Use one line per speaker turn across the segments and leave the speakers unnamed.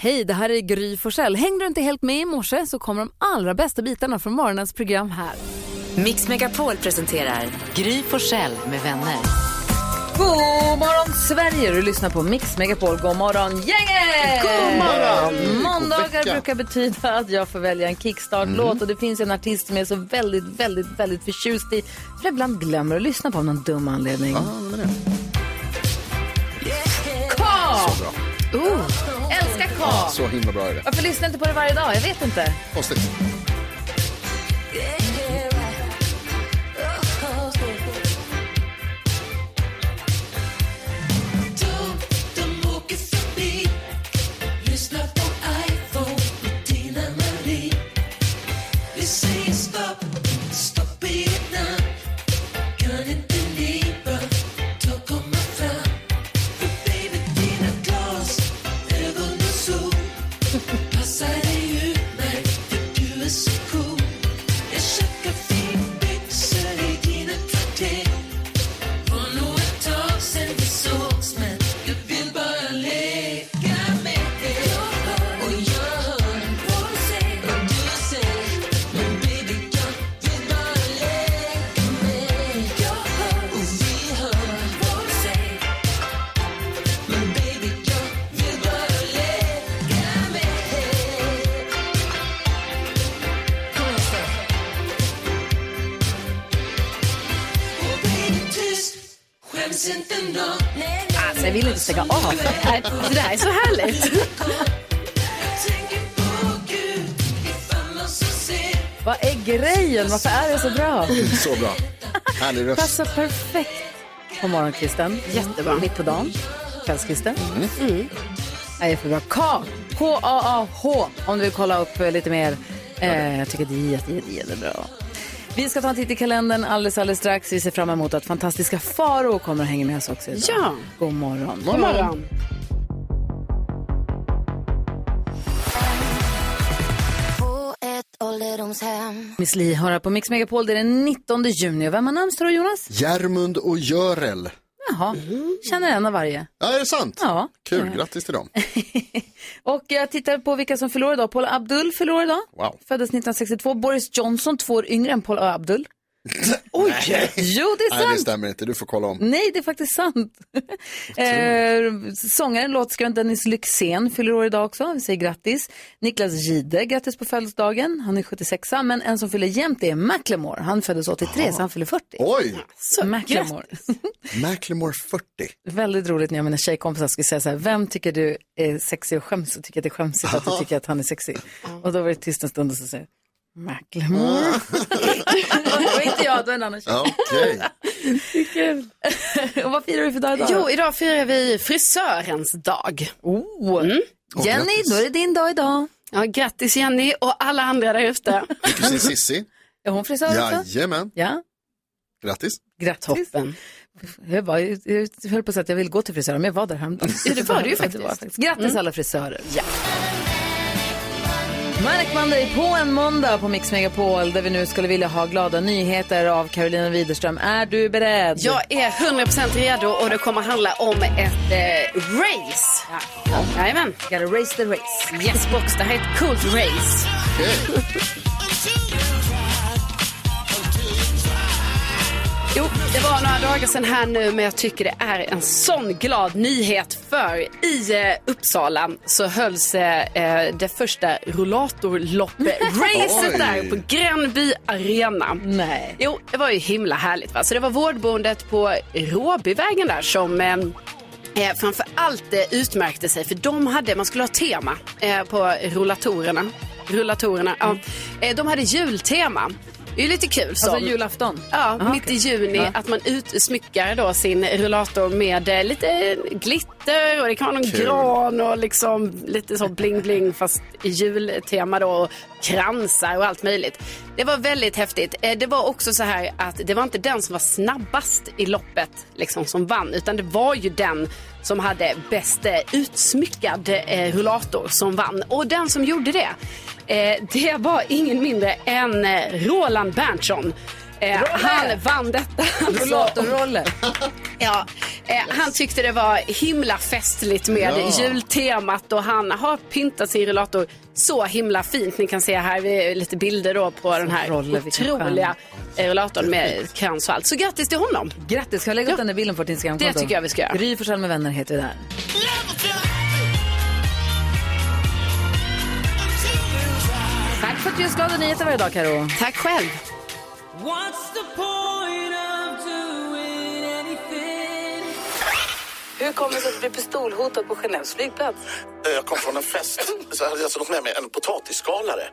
Hej, det här är Gry Forssell. Hängde du inte helt med i morse så kommer de allra bästa bitarna från morgonens program här.
Mix Megapol presenterar Gry Forssell med vänner.
God morgon Sverige! Du lyssnar på Mix Megapol. God morgon gänget!
God morgon! God
Måndagar
vecka. Mm.
bruktar betyda att jag får välja en kickstart-låt och det finns en artist som jag är så väldigt, väldigt, väldigt förtjust i. För jag ibland glömmer att lyssna på av någon dum anledning.
Ah.
Ka!
Så bra.
Oh, älskar Ka!
Så himla bra är det.
Varför lyssnar jag inte på det varje dag? Jag vet inte.
Konstigt.
Alltså, jag vill inte stänga av. Det här är så härligt. Vad är grejen? Varför är det så bra?
Så bra. Härlig röst.
Passar perfekt på
Mm.
morgonkvisten. Jättebra. Mitt på dagen. Kvällskvisten. Mm. Jag är för bra. K. K-A-A-H. Om du vill kolla upp eh, lite mer. Eh, jag tycker det är jätte, jätte, jättebra. Vi ska ta en titt i kalendern alldeles, alldeles strax. Vi ser fram emot att fantastiska Faro kommer att hänga med oss också idag.
Ja.
God morgon.
God morgon.
på ett ålderdomshem
Miss Li hör här på Mix Megapol. Det är den 19 juni. Och Vem har namnsdag då, Jonas?
Järmund och Görel.
Jaha, känner en av varje.
Ja, är det sant?
Ja.
Kul, grattis till dem.
Och jag tittar på vilka som förlorar idag. Paul Abdul förlorar idag.
Wow.
Föddes 1962. Boris Johnson, två år yngre än Paul Abdul. Oj! Jo, det är
Nej, det
sant.
stämmer inte. Du får kolla om.
Nej, det är faktiskt sant. eh, sångaren, låtskrivaren Dennis Lyxzén fyller år idag också. Vi säger grattis. Niklas Gide, grattis på födelsedagen. Han är 76 men en som fyller jämt är Macklemore. Han föddes 83, så han fyller 40.
Oj!
Så Macklemore.
Macklemore 40.
Väldigt roligt när jag och mina tjejkompisar skulle säga så här, vem tycker du är sexig och skäms och tycker att det är skämsigt att du tycker att han är sexig? Och då var det tyst en stund och så säger jag,
Mm.
Macklemore. och det var inte jag, det var en annan tjej.
Ja, Okej.
Och vad firar vi för dag idag?
Jo, idag firar vi frisörens dag. Mm.
oh. Jenny,
grattis.
då är det din dag idag.
Ja, grattis Jenny och alla andra där ute.
Min kusin Sissi.
Är hon frisör också?
Jajamän.
Ja,
Grattis.
grattis.
Toppen.
Jag, var, ju- jag höll på att säga att jag vill gå till frisören, men jag var där häromdagen.
Ja, det var du ju
Ja,
faktiskt. Mm.
Grattis alla frisörer. Ja. Manic Monday på en måndag på Mix Megapol där vi nu skulle vilja ha glada nyheter av Carolina Widerström. Är du beredd?
Jag är 100% redo och det kommer handla om ett eh, race. Jajamän.
Gotta race the race.
Yes box, det här är ett coolt race. Jo, det var några dagar sedan här nu, men jag tycker det är en sån glad nyhet. För i eh, Uppsala så hölls eh, eh, det första rullatorlopp-racet
Oj.
där på Gränby Arena.
Nej.
Jo, det var ju himla härligt. Va? Så det var vårdboendet på Råbyvägen där som eh, eh, framför allt eh, utmärkte sig för de hade, man skulle ha tema eh, på rullatorerna. rullatorerna ja. eh, de hade jultema. Det är ju lite kul. som-
Mm. Alltså julafton.
Ja,
Aha,
mitt i
okej.
juni.
Ja.
Att man utsmyckar då sin rullator med eh, lite glitter och det kan vara någon
Kul.
gran och liksom lite så bling-bling fast i jultema då och kransar och allt möjligt. Det var väldigt häftigt. Eh, Det var också så här att det var inte den som var snabbast i loppet liksom som vann utan det var ju den som hade bäst eh, utsmyckad eh, rullator som vann. Och den som gjorde det, eh, det var ingen mindre än eh, Roland Berntsson. Eh, han vann detta. alltså.
Rollatorroller.
Ja, eh, han tyckte det var himla festligt med
Ja.
jultemat och han har pyntat sin rullator så himla fint. Ni kan se här vi lite bilder då på den här
roller, vilken
otroliga eh, rullatorn med krans och allt. Så grattis till honom.
Grattis, ska jag lägga upp den där bilden på ditt Instagramkonto?
Det tycker jag vi ska göra.
Gry Forssell med vänner heter det där. Tack för att du är glada nyheter varje dag, Karo.
Tack själv.
Hur kommer det sig att du blir pistolhotad på Genèves flygplats?
Eh, Jag kom från en fest. Så hade jag tagit med mig en potatisskalare.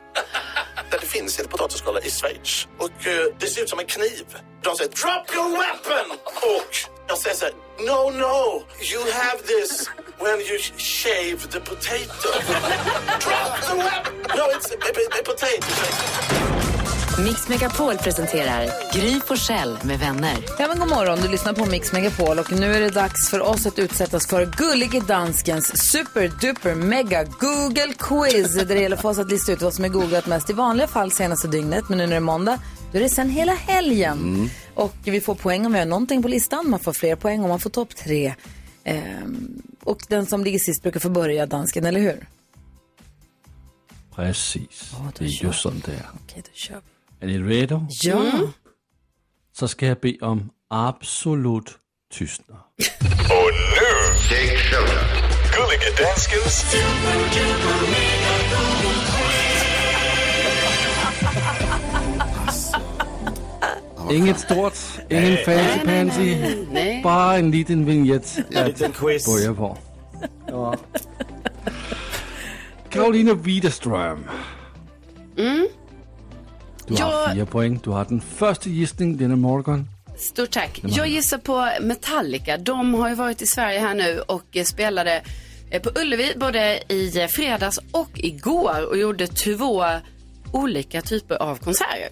Där det finns en potatisskalare i Schweiz. Och eh, det ser ut som en kniv. De säger drop your weapon! Och jag säger så här, no no, you have this when you shave the potato. drop the weapon! No, it's a, a, a potato.
Mix Megapol presenterar Gry Forssell med vänner.
Ja, men god morgon, du lyssnar på Mix Megapol och nu är det dags för oss att utsättas för Gullige Danskens superduper mega Google quiz. Där det gäller för oss att lista ut vad som är googlat mest i vanliga fall senaste dygnet. Men nu när det är måndag, då är det sen hela helgen. Och vi får poäng om vi har någonting på listan, man får fler poäng om man får topp tre. Ehm, och den som ligger sist brukar få börja dansken, eller hur?
Præcis. det er just sådan, det er.
Okej, då kör vi.
Er I ready?
Ja.
Så skal jeg bede om absolut tystner.
Gulliga Danskens
Inget stort, ingen fancy pansy. Bare en liten vignet.
En liten quiz.
bøjer på. Karoline Widerstrøm. Du har
Jeg-
fire point. Du har den første gissning denne morgen.
Stort tack. Jag gissar på Metallica. De har ju varit i Sverige här nu och eh, spelade eh, på Ullevi både i eh, fredags och igår och gjorde två olika typer av konserter.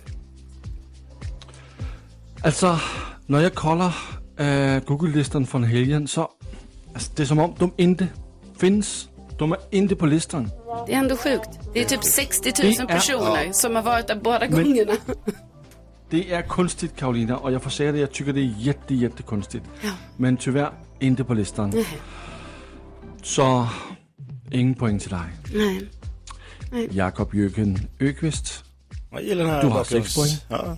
Altså, når jeg kolder øh, Google-listerne fra helgen, så altså, det er som om, de ikke findes. De er ikke på listerne.
Det är ändå sjukt. Det är typ 60
Det
000
är-
personer som har varit där båda
Men-
gångerna.
Det er kunstigt, Karolina, og jeg får sige det, jeg tykker, det er jætte, jætte kunstigt. Men tyvärr ikke på listerne. Så ingen point til dig.
Nej.
Jakob Jøkken Økvist.
Jag gillar den här
Du har
bakgrunds-
sex poäng.
Ja.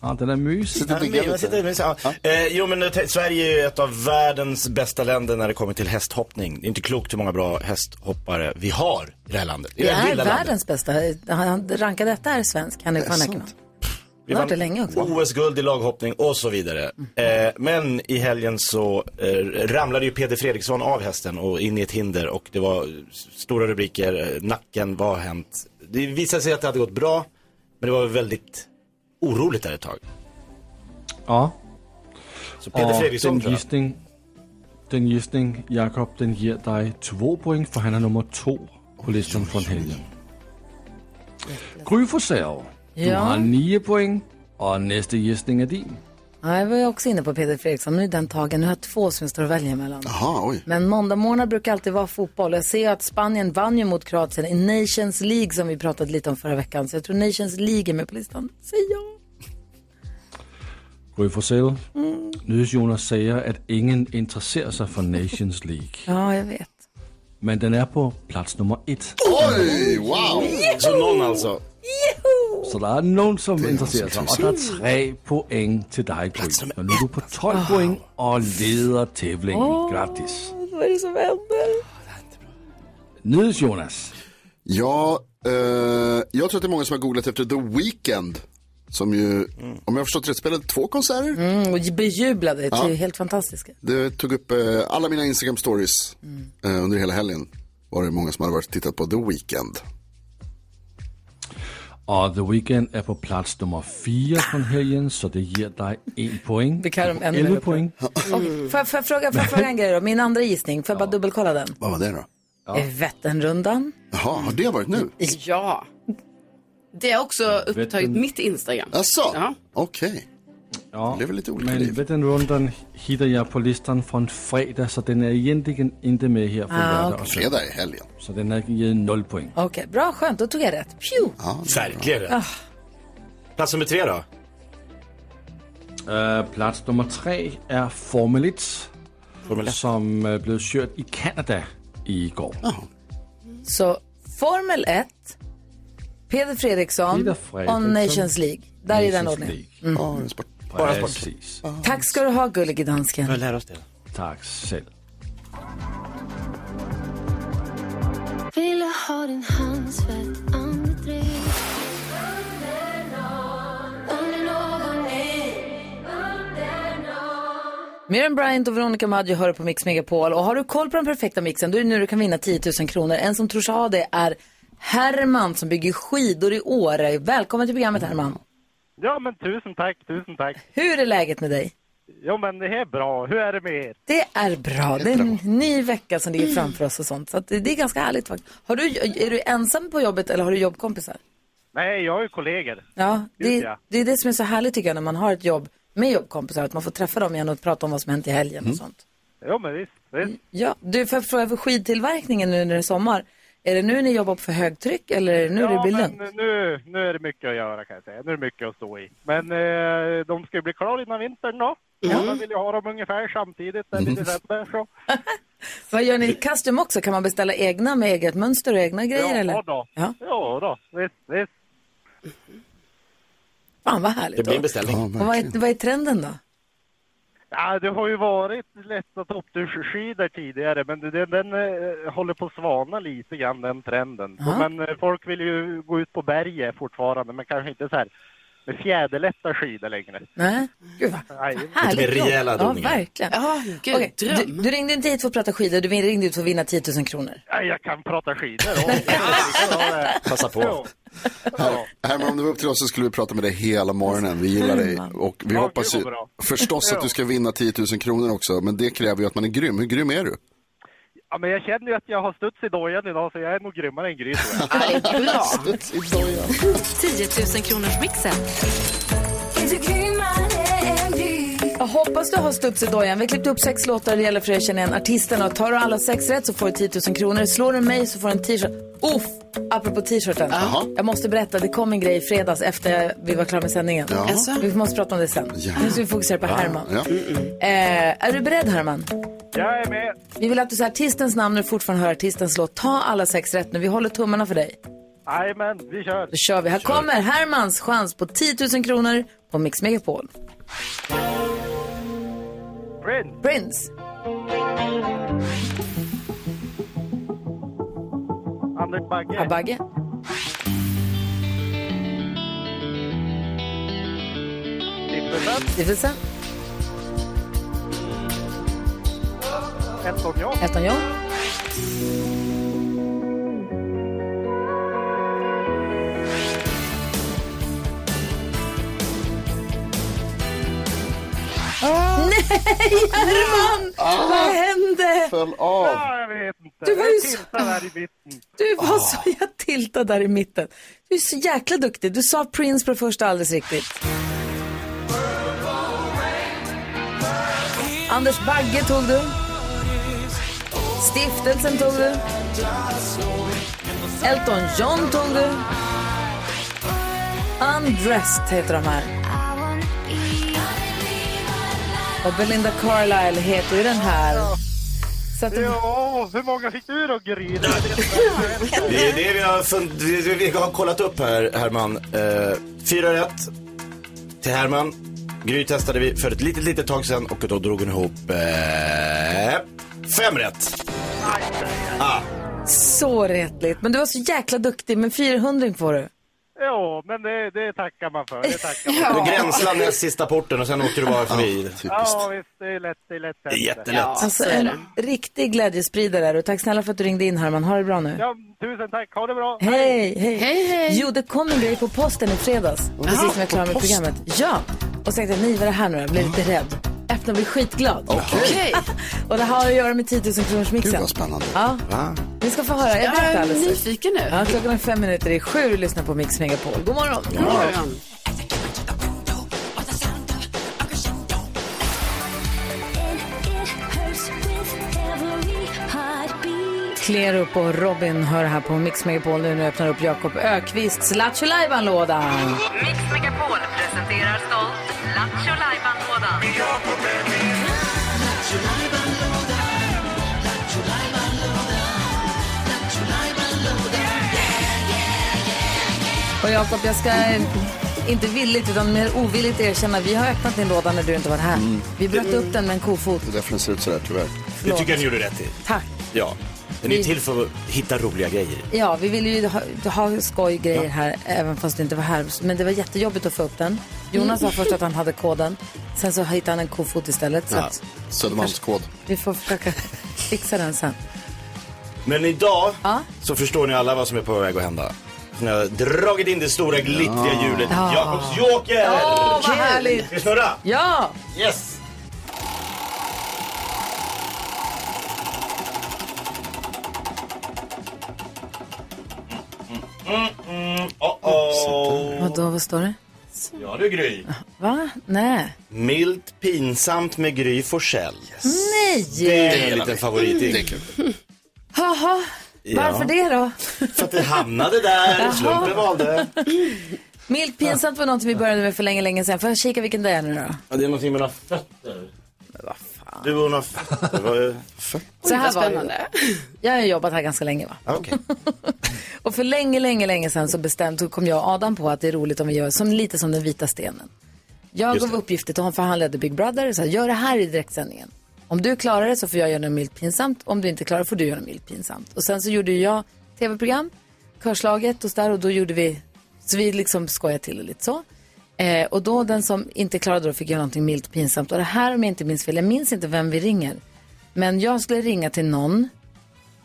Ah, den er mys.
Det bygger jag
Jag
inte.
sitter med- ja. Eh, jo, men eh, te- Sverige är ju ett av världens bästa länder när det kommer till hästhoppning. Det är inte klokt hur många bra hästhoppare vi har i det här landet. I
Det
det här
är
lilla landet.
världens bästa. Han- Han rankar detta är svensk, han är
är
van
sant.
Ekman.
Vi
har varit det länge också. Mm.
OS-guld i laghoppning och så vidare. Eh, men i helgen så eh, ramlade ju Peder Fredriksson av hästen och in i ett hinder och det var s- stora rubriker, eh, nacken, vad har hänt? Det visade sig att det hade gått bra, men det var väldigt oroligt där ett tag.
Ja.
Så Peder
Og
Fredriksson
den
tror jag.
gissning, den gissning, Jakob, den giver dig to point, for han er nummer to på listen fra helgen. Gry Forsell, du
Ja.
har 9 point, og næste gissning er din.
Ja, jag var ju också inne på Peter Fredriksson, men nu är den tagen. Nu har jag två som jag står och väljer mellan.
Jaha, oj.
Men måndagmorgnar brukar alltid vara fotboll. Jag ser ju att Spanien vann ju mot Kroatien i Nations League som vi pratade lite om förra veckan. Så jag tror Nations League är med på listan, säger jag.
Gry Forsell, Nyhedsjonas siger, at ingen interesserer sig for Nations League.
Ja, jag vet.
Men den er på plats nummer et,
Oj, wow.
Så någon alltså.
så der er nogen, som interesserer sig. Og der er tre point til dig, Gry. Og nu er du på 12
Ah.
point og leder tævlingen. Gratis.
Vad är det som händer?
Nydes Jonas.
Ja, eh, jag tror att det är många som har googlat efter The Weeknd. Som ju, om jag har förstått rätt, spelade två konserter.
Mm, och bejublade, det är ju helt fantastiska.
Det tog upp eh, alla mina Instagram stories eh, under hela helgen. Var det många som hade varit och tittat på The Weeknd.
Og The Weeknd er på plads nummer 4 på helgen, så det giver dig 1 point.
Det kan de
Du får
ännu
11
mer på.
point.
Och får, jag, får, jag fråga, får jag fråga en grej då? Min andra gissning, får jag bara dubbelkolla den?
Vad var det då? Eh.
Ja. Vätternrundan?
Jaha, har det varit nu?
Ja. Det har också upptagit
Vätten-
mitt Instagram.
Jaså?
Ja.
Okej.
Ja,
Det er vel lidt ulike liv.
men ved den rundan hitter jeg på listen fra en fredag, så den er egentlig ikke med her på lørdag. og søndag.
Fredag i helgen.
Så den har givet 0 point.
Okej,
Ah,
bra, skönt, då tog jag rätt. Pju!
Ja,
Verkligen rätt. Plats nummer tre då?
Øh, plads nummer tre er Formel 1,
Formel 1.
som øh, blev kørt i Kanada i går.
Så Formel 1, Peder Fredriksson
Peter Fredriksson.
och Nations League. Där är den Mm. ordningen.
Ja,
Mm.
en sport.
Bara Præcis.
Tack ska du ha, gullige dansken.
Jag lär oss det.
Tak selv.
Vill jag ha din handsvett, andedräkt Under någon
Miriam Bryant och Veronica Maggio hör på Mix Megapol. Och har du koll på den perfekta mixen, då är det nu du kan vinna 10 000 kronor. En som tror sig ha det är Herman som bygger skidor i Åre. Välkommen till programmet Herman.
Ja, men tusen tack, tusen tack.
Hur är läget med dig?
Jo, men det är bra. Hur är det med er?
Det är bra. Det är en ny vecka som ligger framför oss och sånt. Så att det det är ganska härligt faktiskt. Har du, är du ensam på jobbet eller har du jobbkompisar?
Nej, jag har ju kollegor.
Ja,
Gud,
det,
ja.
det är det som är så härligt tycker jag när man har ett jobb med jobbkompisar, att man får träffa dem igen och prata om vad som hänt i helgen
Mm.
och sånt.
Jo, men visst. visst.
Ja, du får jag fråga för skidtillverkningen nu när det är sommar. Är det nu ni jobbar för högtryck eller är det nu det
Ja,
blir lugnt?
men nu, nu är det mycket att göra kan jag säga. Nu är det mycket att stå i. Men eh, de ska ju bli klara innan vintern då. Alla vill ju ha dem ungefär samtidigt, eller i
Mm.
december. Så.
Vad gör ni? Custom också? Kan man beställa egna med eget mönster och egna grejer eller?
Ja, då.
Ja.
Ja. då. Visst, visst.
Fan vad härligt.
Det blir en
då.
beställning.
och vad, är, vad är trenden då?
Ja, det har ju varit lätta toppduschskidor tidigare, men den, den eh, håller på att svana lite grann, den trenden.
Ja.
Men eh, folk vill ju gå ut på berget fortfarande, men kanske inte så här med fjäderlätta skidor längre.
Nej, gud vad
Nej,
härligt.
mer rejäla
Ja,
doningar.
verkligen.
Ja, gud,
Okej,
dröm.
du, du ringde inte hit för att prata skidor, du ringde hit för att vinna 10 000 kronor.
nej, jag kan prata skidor. Ja, ja,
Passa på.
ja.
Her- Herman, om det var upp till oss så skulle vi prata med dig hela morgonen. Vi gillar dig och vi
Ja,
hoppas
gud,
ju
vad bra.
förstås att du ska vinna 10 000 kronor också. Men det kräver ju att man är grym. Hur grym är du?
ja, men jag känner ju att jag har studs i dojan idag, så jag är nog grymmare än Gry. tror jag.
Ja, det är bra.
10 000 kronors mixen.
Jag hoppas du har studs i dojan. Vi har klippt upp sex låtar. Det gäller för dig att känna igen artisterna. Och tar du alla sex rätt så får du 10 000 kronor. Slår du mig så får du en t-shirt. Uff! Apropå t-shirten. Jag måste berätta, det kom en grej i fredags efter vi var klara med sändningen.
Jaså?
Vi måste prata om det sen.
Ja.
Nu ska vi fokusera på Herman.
Ja.
Eh, är du beredd Herman?
Jag är med.
Vi vill att du säger artistens namn när du fortfarande hör artistens låt. Ta alla sex rätt nu. Vi håller tummarna för dig.
Jajamän, vi kör.
Då kör vi. Här kommer Hermans chans på 10 000 kronor på Mix Megapol.
Prince,
Prince,
Anders Bagge,
Abagge,
Stiftelsen,
Stiftelsen,
Elton John,
Elton John. Vad hände?
Föll av.
Ja, jag vet inte.
Du var ju
Jag
så-
tittar där i mitten.
Du var så jag tiltad där i mitten. Du är så jäkla duktig. Du sa Prince på det första alldeles riktigt. Anders Bagge tog du. Stiftelsen tog du. Elton John tog du. Undressed heter de här. Och Belinda Carlisle heter ju den här. Så att det...
Ja, hur många fick du då, Gry?
Det är det vi har, fund- vi- vi- vi har kollat upp här, Herman. Eh, Fyra rätt till Herman. Gry testade vi för ett litet, litet tag sedan och då drog hon ihop eh, fem rätt.
Ah.
Så retligt. Men du var så jäkla duktig. Men 400 får du.
Ja, men det, det tackar man för. Det tackar man.
Du gränslade näst sista porten och sen åkte du bara förbi.
Ja, visst, det är lätt. Det är lätt.
Det är jättelätt.
Alltså en riktig glädjespridare är du. Tack snälla för att du ringde in Herman. Ha det bra nu.
Ja, tusen tack. Ha det bra.
Hej, hej.
Hej, hej.
Jo, det kom en grej på posten i fredags. Precis som jag klarade med programmet. Ja. Och så tänkte jag, nej vad är det här nu Jag blev lite rädd. Öppna och blir skitglad.
Okej.
Och det har att göra med 10 000 kronors
Gud
mixen.
vad spännande.
Ja,
Va?
vi ska få höra. Jag
Jag
berättar
är
alldeles strax.
nyfiken nu.
Ja, klockan är fem minuter i sju. Du lyssnar på Mix Megapol. God morgon.
God morgon.
Klerup och Robin hör här på Mix Megapol nu. Nu öppnar upp Jakob Ökvists Lattjo Lajban-låda.
Mix Megapol presenterar stolt
Lattjo Lajban-lådan.
Och Jakob, jag ska inte villigt utan mer ovilligt erkänna, vi har öppnat din låda när du inte var här.
Mm.
Vi bröt upp den med en kofot.
Det är därför den ser ut sådär tyvärr.
Det tycker jag ni gjorde rätt i.
Tack.
Ja. Den är ju till för att hitta roliga grejer.
Ja, vi ville ju ha, ha skojgrejer här även fast du inte var här. Men det var jättejobbigt att få upp den. Jonas sa först att han hade koden. Sen så hittade han en kofot istället. Så
Ja.
att
Södermalmskod.
vi får försöka fixa den sen.
Men idag så förstår ni alla vad som är på väg att hända. Så Ni har dragit in det stora glittriga hjulet.
Ja.
Jakobs joker!
Åh, vad härligt!
Ska vi snurra?
Ja!
Yes! Mm, mm, oh, oh.
Vadå, vad står det?
Ja du Gry.
Va? Nej.
Milt pinsamt med Gry Forssell.
Nej!
Det är en liten favorit.
Mm. Haha, varför det då?
För att det hamnade där.
Jaha.
Slumpen valde.
Milt pinsamt var något vi började med för länge, länge sedan. Får jag kika vilken det är nu då?
Ja, det är någonting med några fötter. Du och några fötter. Vad är-
Så här
vad
var
spännande.
det. Jag har ju jobbat här ganska länge va? och för länge, länge, länge sedan så bestämde, så kom jag och Adam på att det är roligt om vi gör som, lite som den vita stenen. Jag
Just
gav uppgifter till honom för han ledde Big Brother. Så här, gör det här i direktsändningen. Om du klarar det så får jag göra något milt pinsamt. Om du inte klarar det får du göra något milt pinsamt. Och sen så gjorde ju jag tv-program, Körslaget och så där. Och då gjorde vi, så vi liksom skojade till det lite så. Eh, och då den som inte klarade det fick göra någonting milt pinsamt. Och det här om jag inte minns fel, jag minns inte vem vi ringer. Men jag skulle ringa till någon,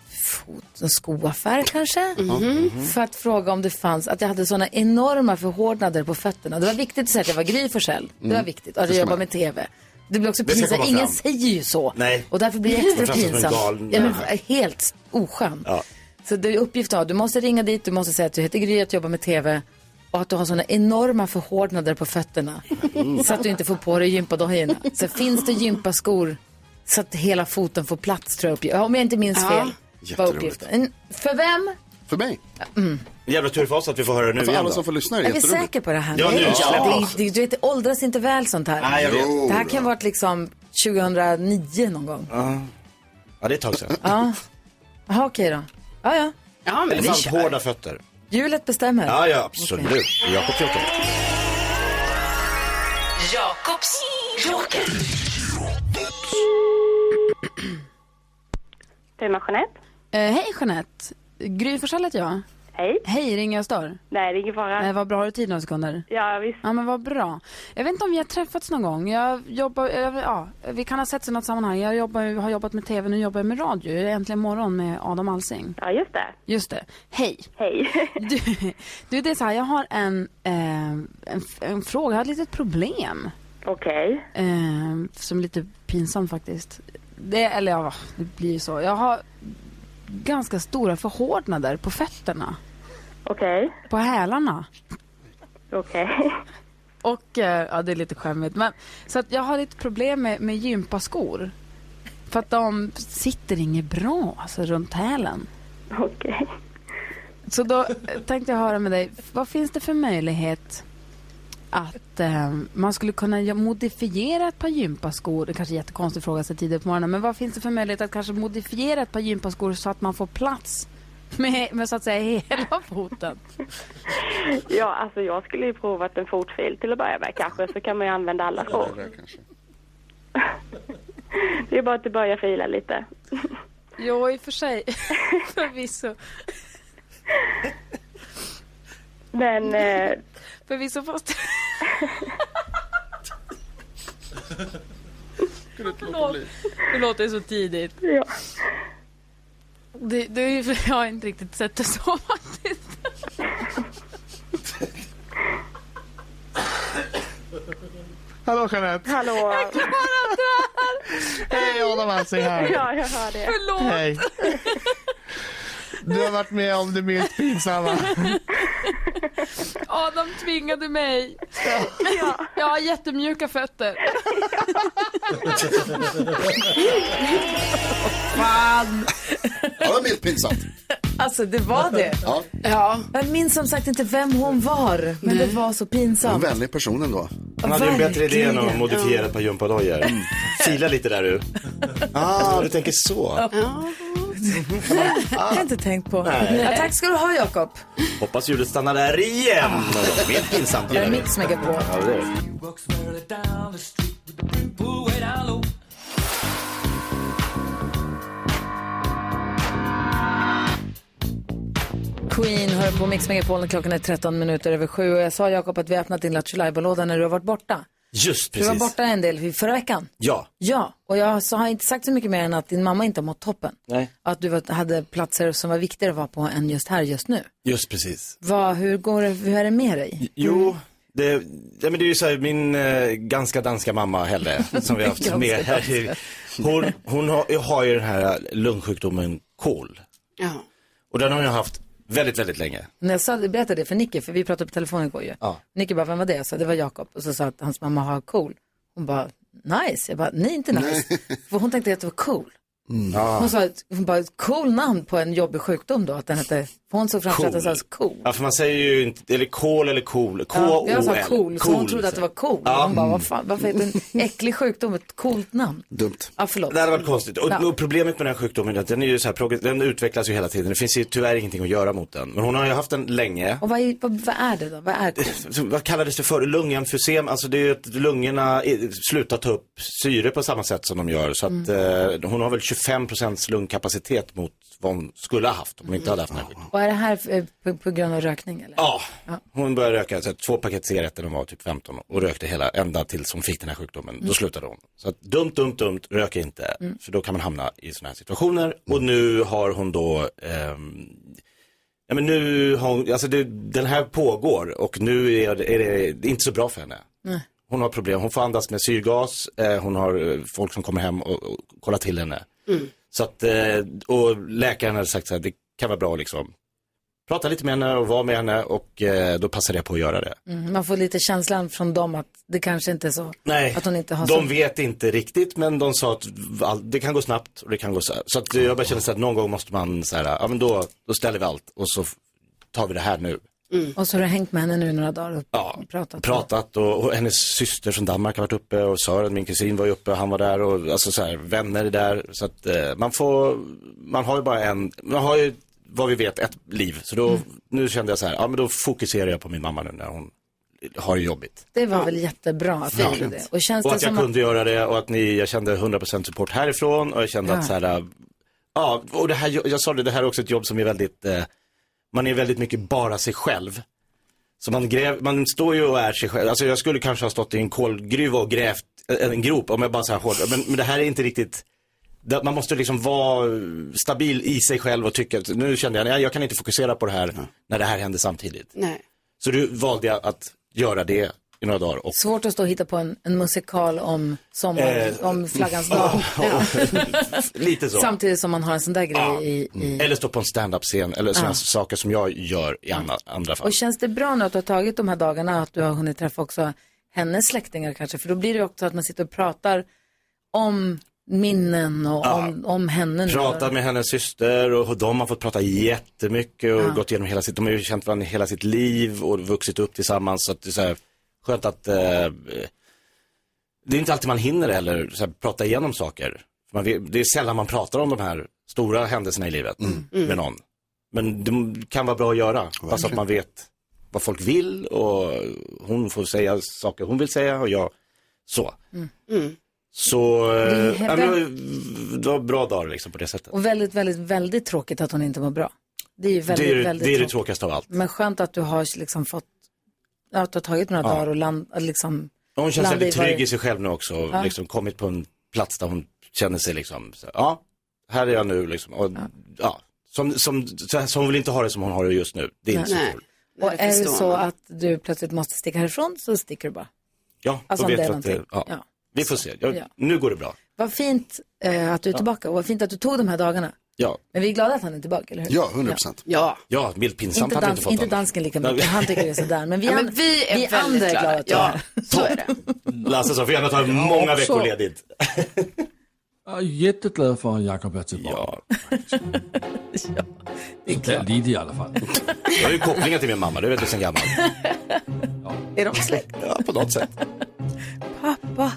fot, en skoaffär kanske,
Mhm.
för att fråga om det fanns, att jag hade sådana enorma förhårdnader på fötterna. Det var viktigt att säga att jag var Gry Forssell. Det var
Mm.
viktigt. Att
Det
jag
ska
jobbar
man.
med TV. Det blir också
Det ska
pinsamt.
komma
Ingen
fram.
säger ju så.
Nej.
Och därför blir det
Det
extra
framstår som en
pinsamt.
galen-
Ja, men, helt oskön. Så det är uppgiften att du måste ringa dit, du måste säga att du heter Gry, att du jobbar med TV och att du har sådana enorma förhårdnader på fötterna så att du inte får på dig gympadojorna. Så finns det gympaskor så att hela foten får plats tror jag uppgiften. Om jag inte minns
Ja.
fel var
Jätteroligt.
uppgiften. En- För vem?
För mig.
Jävla tur för oss att vi Alltså, får höra det nu
För
igen
alla
då.
som får lyssna
mm. Är vi säkra på det här?
Ja, nu
Nej.
släpper vi oss.
det, det, du vet, det åldras inte väl sånt här.
Nej, jag vet.
Det här kan ha varit liksom 2009 någon gång.
Ja. Ja, det är ett tag sedan.
Ja, Jaha, okej då. Ja, ja. Ja,
Elefanthårda fötter.
Hjulet bestämmer.
Ja, ja, absolut.
Okej.
Jakob Joker.
Jakobs joker.
Det är med Jeanette.
Eh, hej Jeanette! Gry Forssell heter jag.
Hej.
Hej, ringer jag stör?
Nej, det är ingen fara.
Eh, vad bra, har du tid några sekunder?
Ja, visst.
Ja, men vad bra. Jag vet inte om vi har träffats någon gång. Jag jobbar, jag, ja, vi kan ha setts i något sammanhang. Jag jobbar, ju- har jobbat med tv, nu jobbar jag med radio. Jag är äntligen morgon med Adam Alsing.
Ja, just det.
Just det. Hej.
Hej.
Du, du det är så här, jag har en, eh, en, f- en fråga, jag har ett litet problem.
Okej.
Eh, som är lite pinsam faktiskt. Det, eller ja, det blir ju så. Jag har ganska stora förhårdnader på fötterna.
Okej.
På hälarna.
Okej.
Och, eh, ja det är lite skämmigt. Men, så att jag har lite problem med, med gympaskor. För att de sitter inget bra, alltså runt hälen.
Okej.
Så då eh, tänkte jag höra med dig, vad finns det för möjlighet att eh, man skulle kunna gö- modifiera ett par gympaskor? Det kanske är en jättekonstig fråga så här tidigt på morgonen, men vad finns det för möjlighet att kanske modifiera ett par gympaskor så att man får plats med, med så att säga hela foten?
Ja, alltså jag skulle ju provat en fotfil till att börja med kanske, så kan man ju använda alla skor. Det är bara att du börjar fila lite.
Jo, i och för sig. Förvisso.
Men... Eh,
Förvisso fast... Förlåt, förlåt det är så tidigt.
Ja.
Det, det är ju för jag har inte riktigt sett det så faktiskt.
Hallå Jeanette!
Hallå!
Jag klarar inte det här!
Hej Adam Alsing här!
Ja, jag hör det.
Förlåt!
Hej! Du har varit med om det minst pinsamma.
Adam tvingade mig.
Ja.
Jag har jättemjuka fötter.
Fan!
Ja, det var milt pinsamt.
Alltså det var det.
Ja.
Jag minns som sagt inte vem hon var, men det var så
En
pinsamt.
vänlig person ändå.
Han hade ju en bättre idé än att
Verkligen.
modifiera ett par gympadojor.
Mm.
Fila lite där ur. Ah, du tänker så.
Jag har inte tänkt på.
Nej.
Ja, tack ska du ha, Jakob.
Hoppas hjulet stannar där igen.
Ah.
Mer pinsamt
Det är
gillar vi.
Mix Megapol.
Ja, det är det.
Queen hör på Mix Megapol när klockan är 13 minuter över sju. Och jag sa Jakob att vi har öppnat din Lattjo låda när du har varit borta.
Just
Du var
precis.
borta en del i förra veckan.
Ja.
Ja, och jag sa- har inte sagt så mycket mer än att din mamma inte har mått toppen.
Nej.
Att du var- hade platser som var viktigare att vara på än just här just nu.
Just precis.
Vad, hur, går det, hur är det med dig?
Jo, det, ja, men det är ju så här, min eh, ganska danska mamma Helle, som vi har haft
Ganska
med här. i- Hon, hon har, har ju den här lungsjukdomen KOL.
Ja.
Och den har jag haft väldigt, väldigt länge.
När jag sa, berättade det för Nicky, för vi pratade på telefon igår ju.
Ja.
Nicky bara, vem var det? Jag sa, det var Jakob. Och så sa att hans mamma har cool. Hon bara, nice. Jag bara, nej inte nice. För hon tänkte att det var cool.
Mm.
Ah.
Hon sa, att- hon bara, cool namn på en jobbig sjukdom då. Att den hette, för hon såg framför sig att den
Cool.
sades cool.
Ja, för man säger ju inte, eller KOL eller KOL.
Ja,
K-O-L.
jag sa cool, så hon
KOL.
trodde att det var cool.
Ja.
Hon bara, vad fan, varför heter en äcklig sjukdom ett coolt namn?
Dumt.
Ja, förlåt.
Det hade varit konstigt. Och,
Ja.
och problemet med den här sjukdomen är att den, är ju så här, prog- den utvecklas ju hela tiden. Det finns ju tyvärr ingenting att göra mot den. Men hon har ju haft den länge.
Och vad är, vad, vad är det då? Vad är cool?
Så Vad kallades det för? Lungemfysem? Alltså det är ju att lungorna eh, slutar ta upp syre på samma sätt som de gör. Så att
Mm.
eh, hon har väl 25% lungkapacitet mot vad hon skulle ha haft om hon inte hade haft den här sjukdomen.
Vad är det här för, på, på grund av rökning eller?
Ja, hon började röka så här, två paket cigaretter när hon var typ 15 och rökte hela ända tills hon fick den här sjukdomen. Då
Mm.
slutade hon. Så att, dumt, dumt, dumt, rök inte.
Mm.
För då kan man hamna i sådana här situationer. Och nu har hon då, ehm, ja men nu har hon, alltså det, den här pågår och nu är det, är det inte så bra för henne.
Nej.
Hon har problem, hon får andas med syrgas, eh, hon har eh, folk som kommer hem och, och kollar till henne.
Mm.
Så att, eh, och läkaren hade sagt så här, det kan vara bra att liksom. Prata lite med henne och vara med henne och eh, då passade jag på att göra det.
Mm, man får lite känslan från dem att det kanske inte är så.
Nej,
Att hon inte har
de
så...
vet inte riktigt men de sa att all- det kan gå snabbt och det kan gå så här. Så att jag bara kände så att någon gång måste man så här, ja men då, då ställer vi allt och så f- tar vi det här nu.
Mm.
Och så har du hängt med henne nu några dagar och
Ja,
pratat.
pratat och, och hennes syster från Danmark har varit uppe och Sören, min kusin var ju uppe och han var där och alltså så här, vänner är där. Så att eh, man får, man har ju bara en, man har ju vad vi vet ett liv. Så då, nu kände jag så här, ja men då fokuserar jag på min mamma nu när hon har det jobbigt.
Det var väl jättebra att du gjorde det. Och känns
Och
det
att jag
som att...
kunde göra det och att ni, jag kände 100% support härifrån och jag kände
Ja.
att så här, äh, ja, och det här, jag sa det, det här är också ett jobb som är väldigt, eh, man är väldigt mycket bara sig själv. Så man, gräv, man står ju och är sig själv, alltså jag skulle kanske ha stått i en kolgruva och grävt äh, en en grop om jag bara så här hårt, men, men det här är inte riktigt, det- man måste liksom vara stabil i sig själv och tycka, nu kände jag, nej, jag kan inte fokusera på det här när det här händer samtidigt.
Nej.
Så du valde jag att göra det i några dagar och
Svårt att stå och hitta på en, en musikal om, sommar,
Eh,
om flaggans dag.
lite så.
Samtidigt som man har en sån där grej i, i...
Eller stå på en stand-up-scen eller sådana
Ja.
saker som jag gör i andra, andra fall.
Och känns det bra nu att du har tagit de här dagarna, att du har hunnit träffa också hennes släktingar kanske? För då blir det ju också att man sitter och pratar om minnen och
Ja.
om, om henne nu.
Pratat med hennes syster och de har fått prata jättemycket och
Ja.
gått igenom hela sitt, de har ju känt varandra hela sitt liv och vuxit upp tillsammans så att det är så här, skönt att eh, det är inte alltid man hinner heller så här, prata igenom saker. För man, vet- det är sällan man pratar om de här stora händelserna i livet
Mm.
med någon. Men det kan vara bra att göra, fast att man vet vad folk vill och hon får säga saker hon vill säga och jag så.
Mm.
Så eh,
Det är
ja, men det var- det var bra dagar liksom på det sättet.
Och väldigt, väldigt, väldigt tråkigt att hon inte mår bra. Det är ju väldigt,
det är,
väldigt
det, är det
tråkigt.
tråkigaste av allt.
Men skönt att du har liksom fått, att du har tagit några
Ja.
dagar och land, att liksom
Hon känns
landa
väldigt
vad
trygg
det-
i sig själv nu också. och
Ja.
Liksom kommit på en plats där hon känner sig liksom, så, här, ja, här är jag nu liksom. Och, ja. Som, som, så, här- så hon vill inte ha det som hon har det just nu. Det är inte
Nej.
så kul.
Och
det
är det
förstår
så
man.
att du plötsligt måste sticka härifrån så sticker du bara.
Ja,
Alltså,
då
om
vet
det är
jag att det,
någonting.
ja.
Ja.
Vi får se. Jag,
Ja.
Nu går det bra.
Vad fint eh, att du är tillbaka och vad fint att du tog de här dagarna.
Ja,
Men vi är glada att han är tillbaka, eller hur?
Ja.
Ja, milt pinsamt
Inte,
hade jag
dans,
inte
inte,
fått annars.
dansken lika mycket, han tycker det är sådär. Men vi,
Ja,
an-
men vi är väldigt
andra är
glada.
glada att du är
Ja.
här.
Lasse så får gärna ta
så.
många veckor ledigt.
Jag är jätteglad för att Jakob är tillbaka. Inte lite i alla fall.
Jag har ju kopplingar till min mamma, det vet du sen gammalt.
Är de släkt?
Ja, på något sätt.
Va?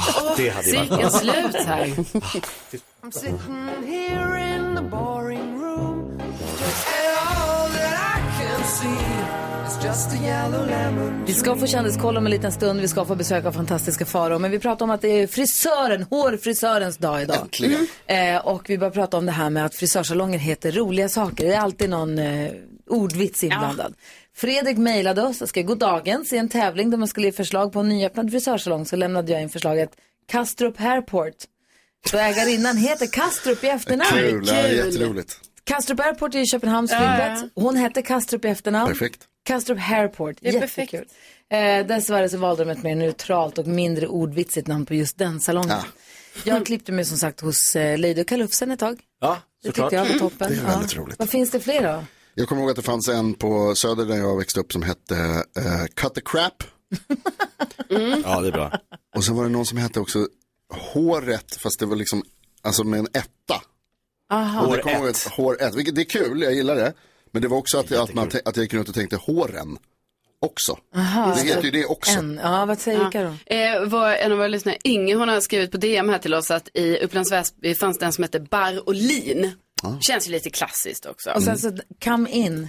Ah, Det hade ju varit
Cirkeln
Ah.
slut här.
I'm sitting here in the boring room And all that I can see is just a yellow lemon
Vi ska få kändiskoll om en liten stund. Vi ska få besöka fantastiska Farao. Men vi pratar om att det är frisören, hårfrisörens dag idag.
Äntligen.
Eh, och vi börjar prata om det här med att frisörsalonger heter roliga saker. Det är alltid någon eh, ordvits inblandad. Fredrik mejlade oss och skrev god dagens i en tävling där man skulle ge förslag på en nyöppnad frisörsalong. Så lämnade jag in förslaget Kastrup Airport. Så ägarinnan heter Kastrup i efternamn.
Kul, ja, jätteroligt.
Kastrup Airport är ju Köpenhamns
Ja, ja.
flygplats. Hon hette Kastrup i efternamn.
Perfekt.
Kastrup Airport.
Det är
Jättekul. Eh, dessvärre så valde de ett mer neutralt och mindre ordvitsigt namn på just den salongen.
Ah.
Jag klippte mig som sagt hos eh, Lady och Kalufsen ett tag.
Ja,
Det tyckte jag var toppen.
Det är väldigt roligt.
Vad finns det fler då?
Jag kommer ihåg att det fanns en på Söder där jag växte upp som hette eh, Cut the Crap.
Ja, det är bra.
Och sen var det någon som hette också Håret, fast det var liksom, alltså med en etta.
Aha.
Och det kommer jag ihåg att Hår ett. Vilket, det är kul, jag gillar det. Men det var också att, jag- att, man, att jag gick runt och tänkte håren också.
Aha.
det heter ju det också. Mm.
ja, vad säger Ica då?
Eh, vår, en av våra lyssnare, Inge, hon har skrivit på DM här till oss att i Upplands Väsby fanns det en som hette Bar och Lin. Känns ju lite klassiskt också.
Och sen så Come In.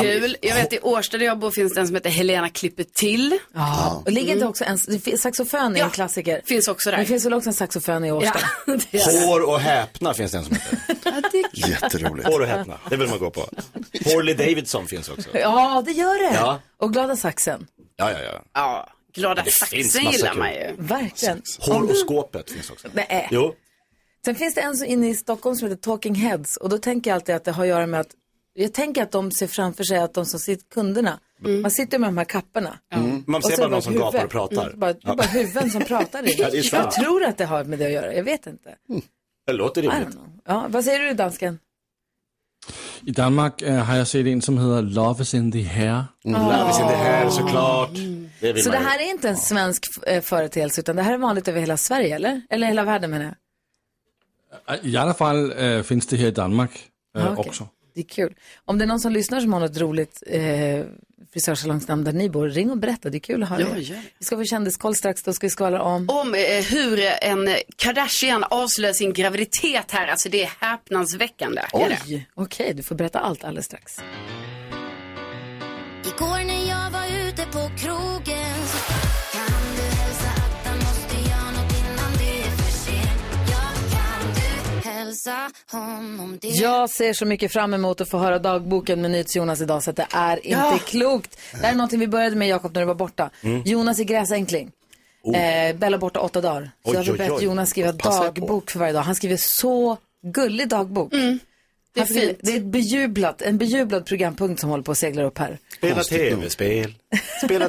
Kul. Jag vet i Årsta där jag bor finns det en som heter Helena klipper till.
Ja. Och ligger inte också en, det finns- saxofon är en klassiker.
Finns också där.
Det finns väl också en saxofon i Årsta?
Hår och häpna finns det en som heter.
Jätteroligt.
Hår och häpna, det vill man gå på. Harley Davidson finns också.
Ja, det gör det.
Ja.
Och Glada Saxen.
Ja, ja, ja.
ja. Glada
Det
saxen
finns massa
gillar
kul.
man ju.
Verkligen. Om
Hår
du-
och skåpet finns också.
Nej.
Jo.
Sen finns det en som inne i Stockholm som heter Talking Heads och då tänker jag alltid att det har att göra med att jag tänker att de ser framför sig att de som sitter, kunderna,
Mm.
man sitter med de här kapporna.
Mm. Man
Och så
ser
är
bara
det
någon som
huvud.
gapar och pratar.
Mm. Bara, det är
Ja.
bara huvuden som pratar i
Ja, det är sant. Mm.
Jag tror att det har med det att göra, jag vet inte.
Det låter
I don't
rimligt.
know. Ja, vad säger du dansken?
I Danmark eh, har jag sett en som heter Love is in the hair.
Mm, Love is in the hair,
såklart. Det
Så det här är inte en svensk f- eh, företeelse utan det här är vanligt över hela Sverige eller? Eller hela världen menar jag.
Ah. I alla fall eh, finns det här i Danmark eh,
Ah, okej.
också.
Det är kul. Om det är någon som lyssnar som har något roligt eh, frisörsalongsnamn där ni bor, ring och berätta. Det är kul att höra.
Ja,
det.
gör det.
Vi ska få kändiskoll strax, då ska vi skvallra om...
Om eh, hur en Kardashian avslöjar sin graviditet här, alltså det är häpnadsväckande. Är det?
Oj, okej, du får berätta allt alldeles strax.
Igår när jag var ute på krogen så kan du hälsa att han måste göra något innan det är för sent. Ja, kan du hälsa honom det?
Jag ser så mycket fram emot att få höra dagboken med NyhetsJonas idag så att det är inte
Ja.
klokt. Det här är någonting vi började med Jakob när du var borta.
Mm.
Jonas är gräsänkling.
Oh.
Eh, Bella borta åtta dagar. Så
Oj,
jag har
oj,
bett
oj.
Jonas skriva
Passar jag
dagbok för varje dag. Han skriver så gullig dagbok.
Mm.
Det är
Han skriver-
fint.
Det är ett bejublat, en bejublad programpunkt som håller på att segla upp här.
Spela tv-spel. Spela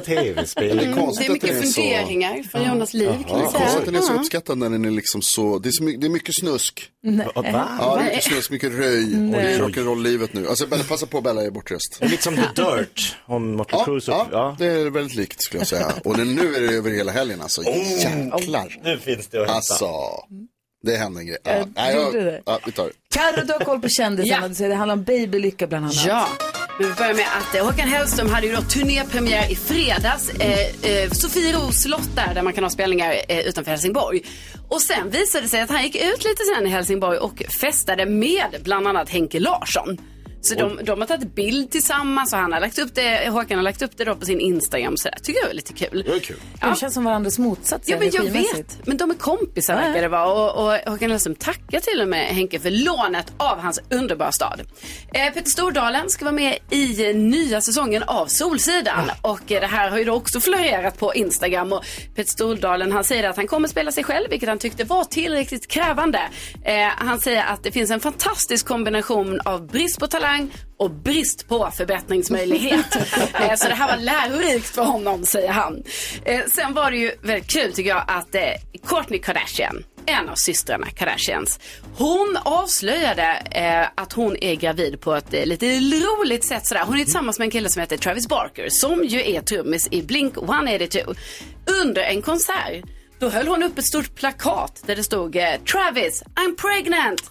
tv-spel.
Mm,
Det är konstigt att den är så-
från Jonas liv
Ja, det är konstigt att den är så uppskattad när den är liksom så, det är, så mycket, det är mycket snusk.
Nej.
Ja, det är mycket snusk, mycket röj. Och det är
Nej.
rock'n'roll-livet nu. Alltså Bella, passa på Bella är bortrest.
Det är lite som The Dirt om Motley
Ja,
Crue.
ja, det är väldigt likt skulle jag säga. Och det, nu är det över hela helgen alltså. Jäklar.
Oh. Nu finns det att hämta.
Alltså, det hände en grej. Ja,
Jag
nej,
gjorde det.
jag, ja, vi tar det.
Carro, du har koll på kändisarna. Du säger det handlar om babylycka bland annat.
Ja. Men vi börjar med att eh, Håkan Hellström hade ju då turnépremiär i fredags. Eh, eh, Sofiero slott där, där man kan ha spelningar eh, utanför Helsingborg. Och sen visade det sig att han gick ut lite sen i Helsingborg och festade med bland annat Henke Larsson. Så de, de har tagit bild tillsammans och han har lagt upp det, Håkan har lagt upp det då på sin Instagram. Så det tycker jag är lite kul.
Det är kul.
De känns som varandras motsats
Ja, men jag
energimässigt.
vet. Men de är kompisar verkar det vara. Och, och Håkan Hellström tackar till och med Henke för lånet av hans underbara stad. Eh, Peter Stordalen ska vara med i eh, nya säsongen av Solsidan. Och eh, det här har ju då också florerat på Instagram. Och Peter Stordalen han säger att han kommer spela sig själv, vilket han tyckte var tillräckligt krävande. Eh, han säger att det finns en fantastisk kombination av brist på talang och brist på förbättringsmöjlighet. Eh, Så det här var lärorikt för honom, säger han. Eh, Sen var det ju väldigt kul tycker jag att eh, Kourtney Kardashian, en av systrarna Kardashians, hon avslöjade eh, att hon är gravid på ett eh, lite roligt sätt sådär. Hon är tillsammans med en kille som heter Travis Barker som ju är trummis i Blink 182 under en konsert. Då höll hon upp ett stort plakat där det stod eh, Travis, I'm pregnant.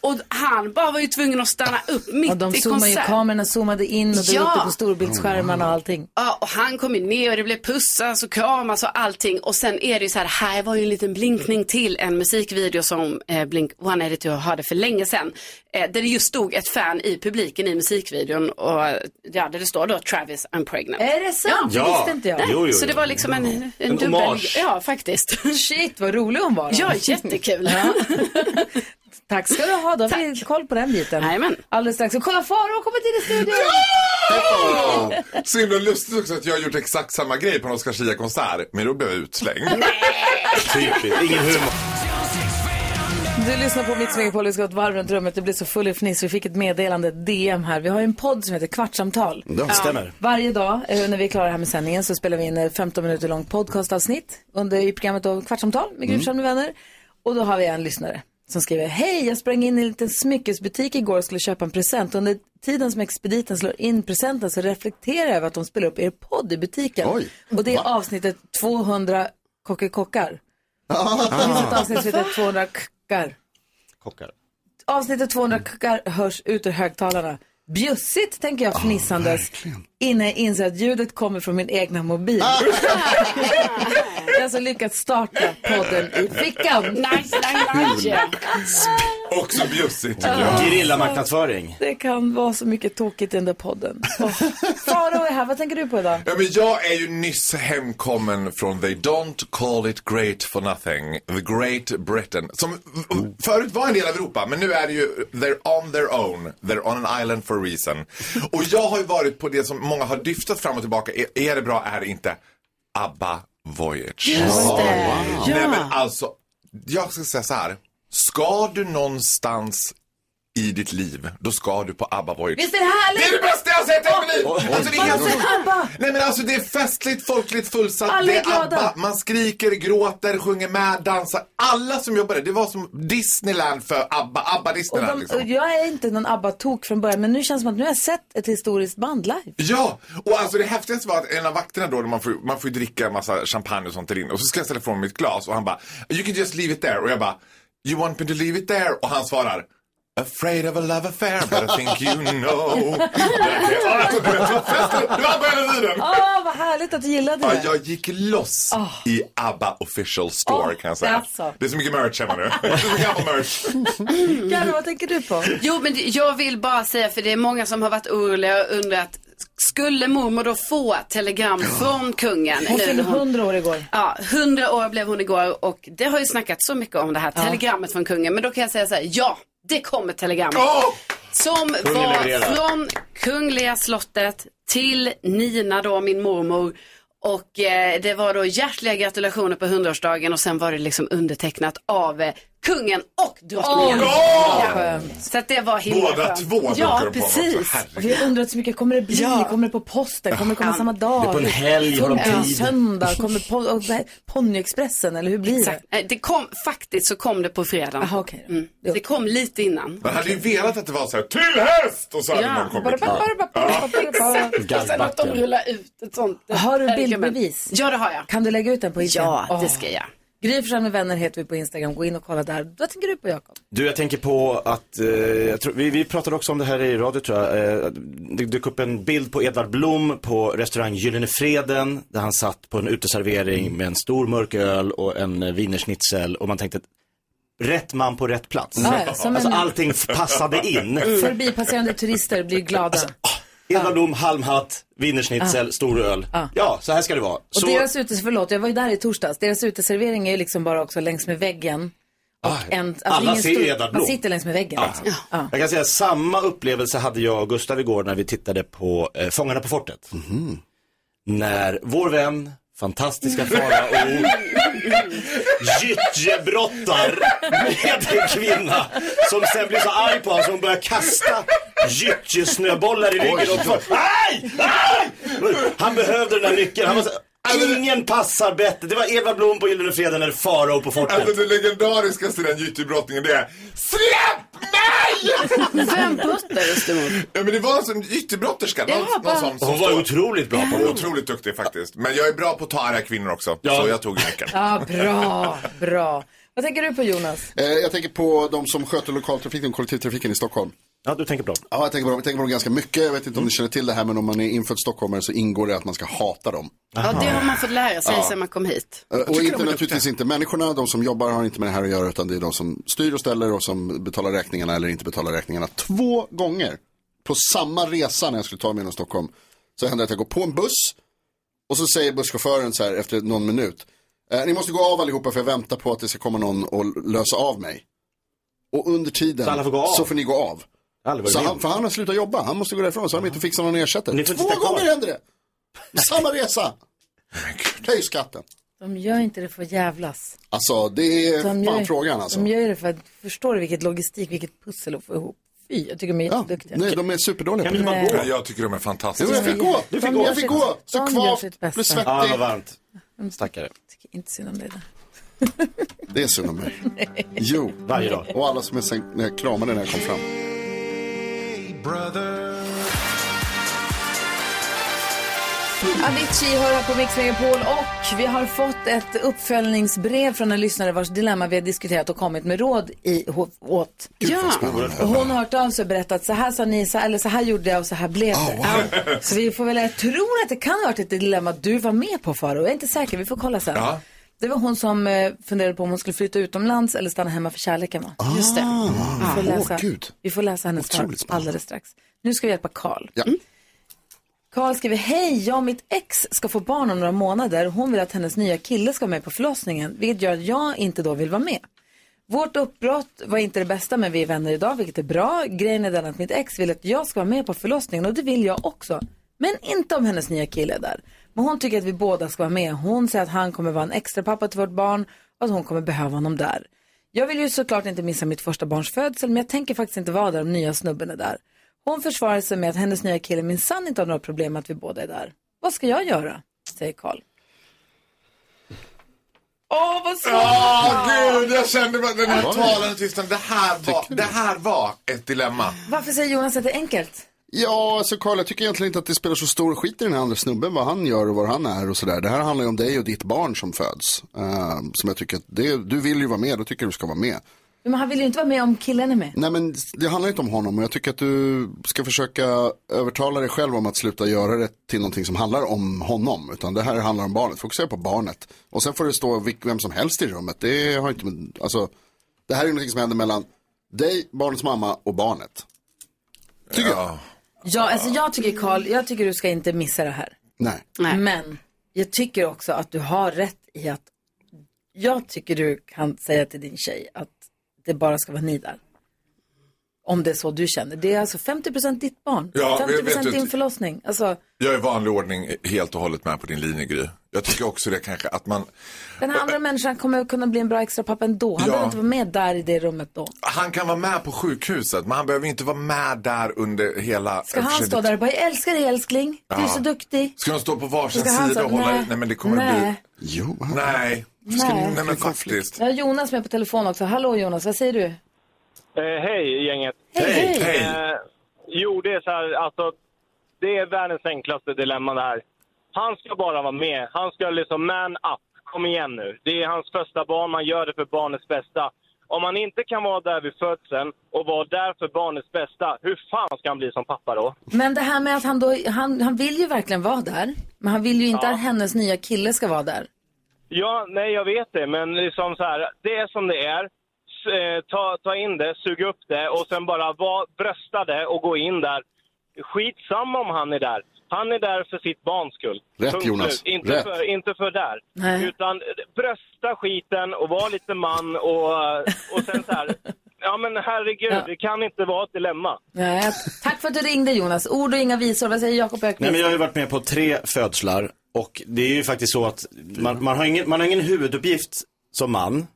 Och han bara var ju tvungen att stanna upp mitt
Och de
i
zoomar ju,
konsert.
kamerorna zoomade in och du
Ja.
var uppe på storbildsskärmarna och allting.
Ja, och han kom ju ner och det blev pussas och kramas och allting. Och sen är det ju så här, här var ju en liten blinkning till en musikvideo som eh, Blink One Editor hade för länge sedan. Eh, där det just stod ett fan i publiken i musikvideon och eh, ja, där det står då Travis I'm pregnant.
Är det sant?
Ja.
Det visste inte jag.
Nej,
Jo, jo,
Så
jo.
det var liksom en, en,
En
dubbel...
hommage.
Ja, faktiskt.
Shit, vad rolig hon var. då.
Ja, jättekul.
Tack ska du ha, då har vi koll på den biten.
Jajamän.
Alldeles strax så kolla Farao kommer till i studion.
Ja! Så himla lustigt också att jag har gjort exakt samma grej på någon Oscarsia-konsert, men då blev jag utslängd.
Typiskt, ingen humor.
Du lyssnar på Mix Megapol, vi ska gå ett varv runt rummet. Det blir så full i fniss. Vi fick ett meddelande, ett DM här. Vi har ju en podd som heter Kvartsamtal.
Ja. Stämmer.
Varje dag eh, när vi är klara här med sändningen så spelar vi in eh, 15 minuter långt podcastavsnitt under, i programmet då Kvartsamtal med Gry Forssell med vänner. Och då har vi en lyssnare som skriver, hej jag sprang in i en liten smyckesbutik igår och skulle köpa en present. Under tiden som expediten slår in presenten så reflekterar jag över att de spelar upp er podd i butiken. Och det är avsnittet 200 kockekockar. Det finns ett avsnitt som heter 200 kockar.
Kockar.
Avsnittet 200
Mm.
kuckar hörs ut ur högtalarna. Bjussigt, tänker jag fnissandes, innan jag inser att ljudet kommer från min egna mobil.
Ah.
jag har alltså lyckats starta podden i fickan.
Nice,
nice.
Också bjussigt
tycker jag.
Gerillamarknadsföring.
Det kan vara så mycket tråkigt i den där podden. Oh. Faro är här, vad tänker du på idag?
Ja, men jag är ju nyss hemkommen från They Don't Call It Great For Nothing, The Great Britain. Som förut var en del av Europa, men nu är det ju They're on their own, they're on an island for a reason. Och jag har ju varit på det som många har dyftat fram och tillbaka, är, är det bra, är det inte? ABBA Voyage.
Just det.
Ja.
Ja.
Nej men alltså, jag ska säga så här. Ska du någonstans i ditt liv, då ska du på ABBA Voyage.
Visst är det härligt?
Det är det bästa jag har sett i hela mitt
Oj.
liv! Alltså, det är
Oj.
helt
Vad säger ABBA?
Nej men alltså det är festligt, folkligt, fullsatt.
Alla är
det
glada.
ABBA. Man skriker, gråter, sjunger med, dansar. Alla som jobbar där, det var som Disneyland för ABBA. ABBA
Och
Disneyland
de,
liksom.
och jag är inte någon ABBA-tok från början, men nu känns det som att nu har jag sett ett historiskt band live.
Ja, och alltså det häftigaste var att en av vakterna då, man får, man får ju dricka en massa champagne och sånt där inne. Och så ska jag ställa ifrån mig ett glas och han bara, you can just leave it there. Och jag bara, you want me to leave it there? Och han svarar, afraid of a love affair, but I think you know. alltså, det var festen, det var på hela tiden.
Åh, vad härligt att du gillade
Ja,
det.
jag gick loss
Ah.
i ABBA official store kan jag säga.
alltså.
Det är så mycket merch hemma nu. Det är så mycket ABBA-merch.
Carro, vad tänker du på?
Jo, men det- jag vill bara säga, för det är många som har varit oroliga och undrat, skulle mormor då få telegram från kungen?
Hon
nu
fyllde
när
100 år igår.
Ja, 100 år blev hon igår och det har ju snackats så mycket om det här telegrammet från kungen. Men då kan jag säga så här, ja, det kom ett telegram. Som
Kungen
var
levererar.
från Kungliga slottet till Nina då, min mormor. Och eh, det var då hjärtliga gratulationer på 100-årsdagen och sen var det liksom undertecknat av eh, kungen och drottningen.
Åh,
Ja.
skönt.
Så att det var himla
Båda
skönt.
två duckar
Ja,
upp på honom
precis.
också. Vi har undrat så mycket, kommer det bli? Kommer det på posten? Kommer det komma
Ja.
samma dag?
Det är på en helg, har de
Kommer det
tid?
söndag? Kommer po- och det här- Ponyexpressen, eller hur blir
Exakt. Eh, Det kom, faktiskt så kom det på fredagen.
Aha, okay.
mm. Det kom lite innan.
Man hade ju velat att det var så här, till häst! Och så hade
Ja.
någon kommit.
Bara, bara,
det?
Exakt. Och sen att de rullar
ut ett sånt.
Har du
Herregud,
bildbevis?
Ja, det har jag.
Kan du lägga ut den på Instagram?
Ja, det ska jag.
Gry Forssell med vänner heter vi på Instagram. Gå in och kolla där. Vad tänker du på, Jakob?
Du, jag tänker på att, eh, jag tror, vi, vi pratade också om det här i radio tror jag. Eh, det dök upp en bild på Edvard Blom på restaurang Gyllene Freden. Där han satt på en uteservering med en stor mörk öl och en eh, wienerschnitzel. Och man tänkte, rätt man på rätt plats.
Ja, ja, som en-
alltså allting f- passade in.
Förbipasserande turister blir glada.
Edvard Blom, halmhatt, wienerschnitzel, stor öl. Ja, så här ska det vara.
Och
Så,
deras utes, förlåt, jag var ju där i torsdags. Deras uteservering är ju liksom bara också längs med väggen. Och en, alltså
Ah, alla
ingen
ser Ah.
stor-
Edvard
Man
Blom.
sitter längs med väggen. Liksom.
Jag kan säga att samma upplevelse hade jag och Gustav igår när vi tittade på eh, Fångarna på fortet. När vår vän, fantastiska Farao, gyttjebrottar med en kvinna som sen blir så arg på honom så hon börjar kasta gyttjesnöbollar i ryggen och folk, aj, aj! Han behövde den där nyckeln. Han var så, Ingen passar bättre. Det var Eva Blom på Gyllene Freden eller Farao på fortet.
Alltså det legendariskaste i den gyttjebrottningen det är SLÄPP MIG!
Vem brottades du mot?
Ja men det var som ytterbrottterska. Någon,
Ja,
någon
va?
som, som
Hon var otroligt bra på det.
Otroligt duktig faktiskt. Men jag är bra på att ta arga kvinnor också. Så jag tog nyckeln.
Ja, bra, bra. Vad tänker du på Jonas?
Eh, Jag tänker på de som sköter lokaltrafiken och kollektivtrafiken i Stockholm.
Ja, du tänker Mm. på dem?
Ja, jag tänker på dem, jag tänker på dem ganska mycket. Jag vet inte om ni känner till det här, men om man är infödd stockholmare så ingår det att man ska hata dem.
Ah,
Ja, det har man fått lära sig
Ja.
sedan man kom hit.
Eh, Och inte, naturligtvis inte människorna, de som jobbar har inte med det här att göra utan det är de som styr och ställer och som betalar räkningarna eller inte betalar räkningarna. Två gånger på samma resa när jag skulle ta mig genom Stockholm så hände det att jag går på en buss och så säger busschauffören så här efter någon minut. Eh, ni måste gå av allihopa för jag väntar på att det ska komma någon och lösa av mig. Och under tiden
Så alla får gå av?
så får ni gå av.
Aldrig varit
Så
med
han,
om.
för han har slutat jobba, han måste gå därifrån så han inte fixar någon ersättare.
Ni får
Två
sitta kvar.
gånger hände det! På Samma resa! Höj skatten.
De gör inte det för att jävlas.
Alltså det är
De
fan
gör,
frågan alltså.
de gör det för att, förstår du vilket logistik, vilket pussel att få ihop? Fy, jag tycker de är jätteduktiga.
Nej, de är superdåliga
Kan vi bara gå?
Ja, Jag tycker de är
Alltså,
fantastiska.
Jo, jag fick gå. Du fick De gå. gör sitt- de gör sitt bästa.
Ja, det var varmt. Stackare.
Inte synd om dig där.
Det är synd om mig. Jo. Varje dag. Och alla som jag sen när jag kramade när jag kom fram.
Avicii hör här på Mix Megapol och vi har fått ett uppföljningsbrev från en lyssnare vars dilemma vi har diskuterat och kommit med råd i, ho- åt. Ja. Och hon har hört av sig och berättat så här sa ni, så, eller så här gjorde jag och så här blev
Oh,
det. Ja. Så vi får väl, jag tror att det kan ha varit ett dilemma du var med på Faro. Jag är inte säker, vi får kolla sen.
Ja.
Det var hon som eh, funderade på om hon skulle flytta utomlands eller stanna hemma för kärleken va?
Just det.
Vi får
Ah. Åh,
läsa,
Gud.
vi får läsa hennes svar
Otroligt
alldeles strax. Nu ska vi hjälpa Karl. Mm.
Ja.
Karl skriver, hej, jag och mitt ex ska få barn om några månader. Hon vill att hennes nya kille ska vara med på förlossningen, vilket gör att jag inte då vill vara med. Vårt uppbrott var inte det bästa, men vi är vänner idag, vilket är bra. Grejen är den att mitt ex vill att jag ska vara med på förlossningen och det vill jag också. Men inte om hennes nya kille är där. Men hon tycker att vi båda ska vara med. Hon säger att han kommer vara en extra pappa till vårt barn och att hon kommer behöva honom där. Jag vill ju såklart inte missa mitt första barns födsel, men jag tänker faktiskt inte vara där om nya snubben är där. Hon försvarar sig med att hennes nya kille minsann inte har några problem med att vi båda är där. Vad ska jag göra? Säger Karl. Åh, vad svårt!
Åh, gud, jag kände bara den här
Ja.
talande tystnaden. Det här var, det här var ett dilemma.
Varför säger Jonas att det är enkelt?
Ja, alltså Karl, jag tycker egentligen inte att det spelar så stor skit i den här andra snubben, vad han gör och var han är och sådär. Det här handlar ju om dig och ditt barn som föds. Eh, som jag tycker att det, du vill ju vara med, då tycker jag du ska vara med.
Men han vill ju inte vara med om killen är med.
Nej, men det handlar inte om honom och jag tycker att du ska försöka övertala dig själv om att sluta göra det till någonting som handlar om honom. Utan det här handlar om barnet, fokusera på barnet. Och sen får det stå vilk- vem som helst i rummet. Det, har inte, med- alltså, det här är ju någonting som händer mellan dig, barnets mamma och barnet. Tycker jag.
Ja, alltså jag tycker Karl, jag tycker du ska inte missa det här.
Nej.
Men jag tycker också att du har rätt i att jag tycker du kan säga till din tjej att det bara ska vara ni där. Om det är så du känner. Det är alltså 50% ditt barn,
Ja, men vet
50%
du-
din förlossning. Alltså,
Jag är i vanlig ordning helt och hållet med på din linje, Gry. Jag tycker också det kanske att man,
den här andra människan kommer att kunna bli en bra extra pappa ändå. Han
Ja.
behöver inte vara med där i det rummet då.
han kan vara med på sjukhuset, men han behöver inte vara med där under hela...
Ska han stå där och bara, jag älskar dig älskling, du är
Ja.
så duktig.
Ska de stå på varsin
Ska han
sida
säga,
och hålla
nej,
i? Nej, men det kommer
nej.
att bli... Jo. Nej.
Ska ni-
Nej, men faktiskt.
Jag har Jonas med på telefon också. Hallå Jonas, vad säger du?
Eh, hej gänget!
Hej,
hej.
Eh, jo, det är så här, alltså, det är världens enklaste dilemma det här. Han ska bara vara med. Han ska liksom man up. Kom igen nu. Det är hans första barn. Man gör det för barnets bästa. Om han inte kan vara där vid födseln och vara där för barnets bästa, hur fan ska han bli som pappa då?
Men det här med att han då, han, han vill ju verkligen vara där. Men han vill ju inte att hennes nya kille ska vara där.
Ja, nej, jag vet det, men liksom så här, det är som det är. S- eh, Ta, ta in det, sug upp det och sen bara va, brösta det och gå in där. Skitsamma om han är där. Han är där för sitt barns skull.
Rätt, Jonas.
slut. Inte,
Rätt.
För, inte för där.
Nej.
Utan eh, brösta skiten och var lite man och, eh, och sen så här. Ja men herregud, det kan inte vara ett dilemma.
Nej, Eh, tack för att du ringde Jonas. Ord och inga visor. Vad säger Jakob Ökvist?
Nej, men jag har ju varit med på tre födslar och det är ju faktiskt så att man, man, har, ingen, man har ingen huvuduppgift som man.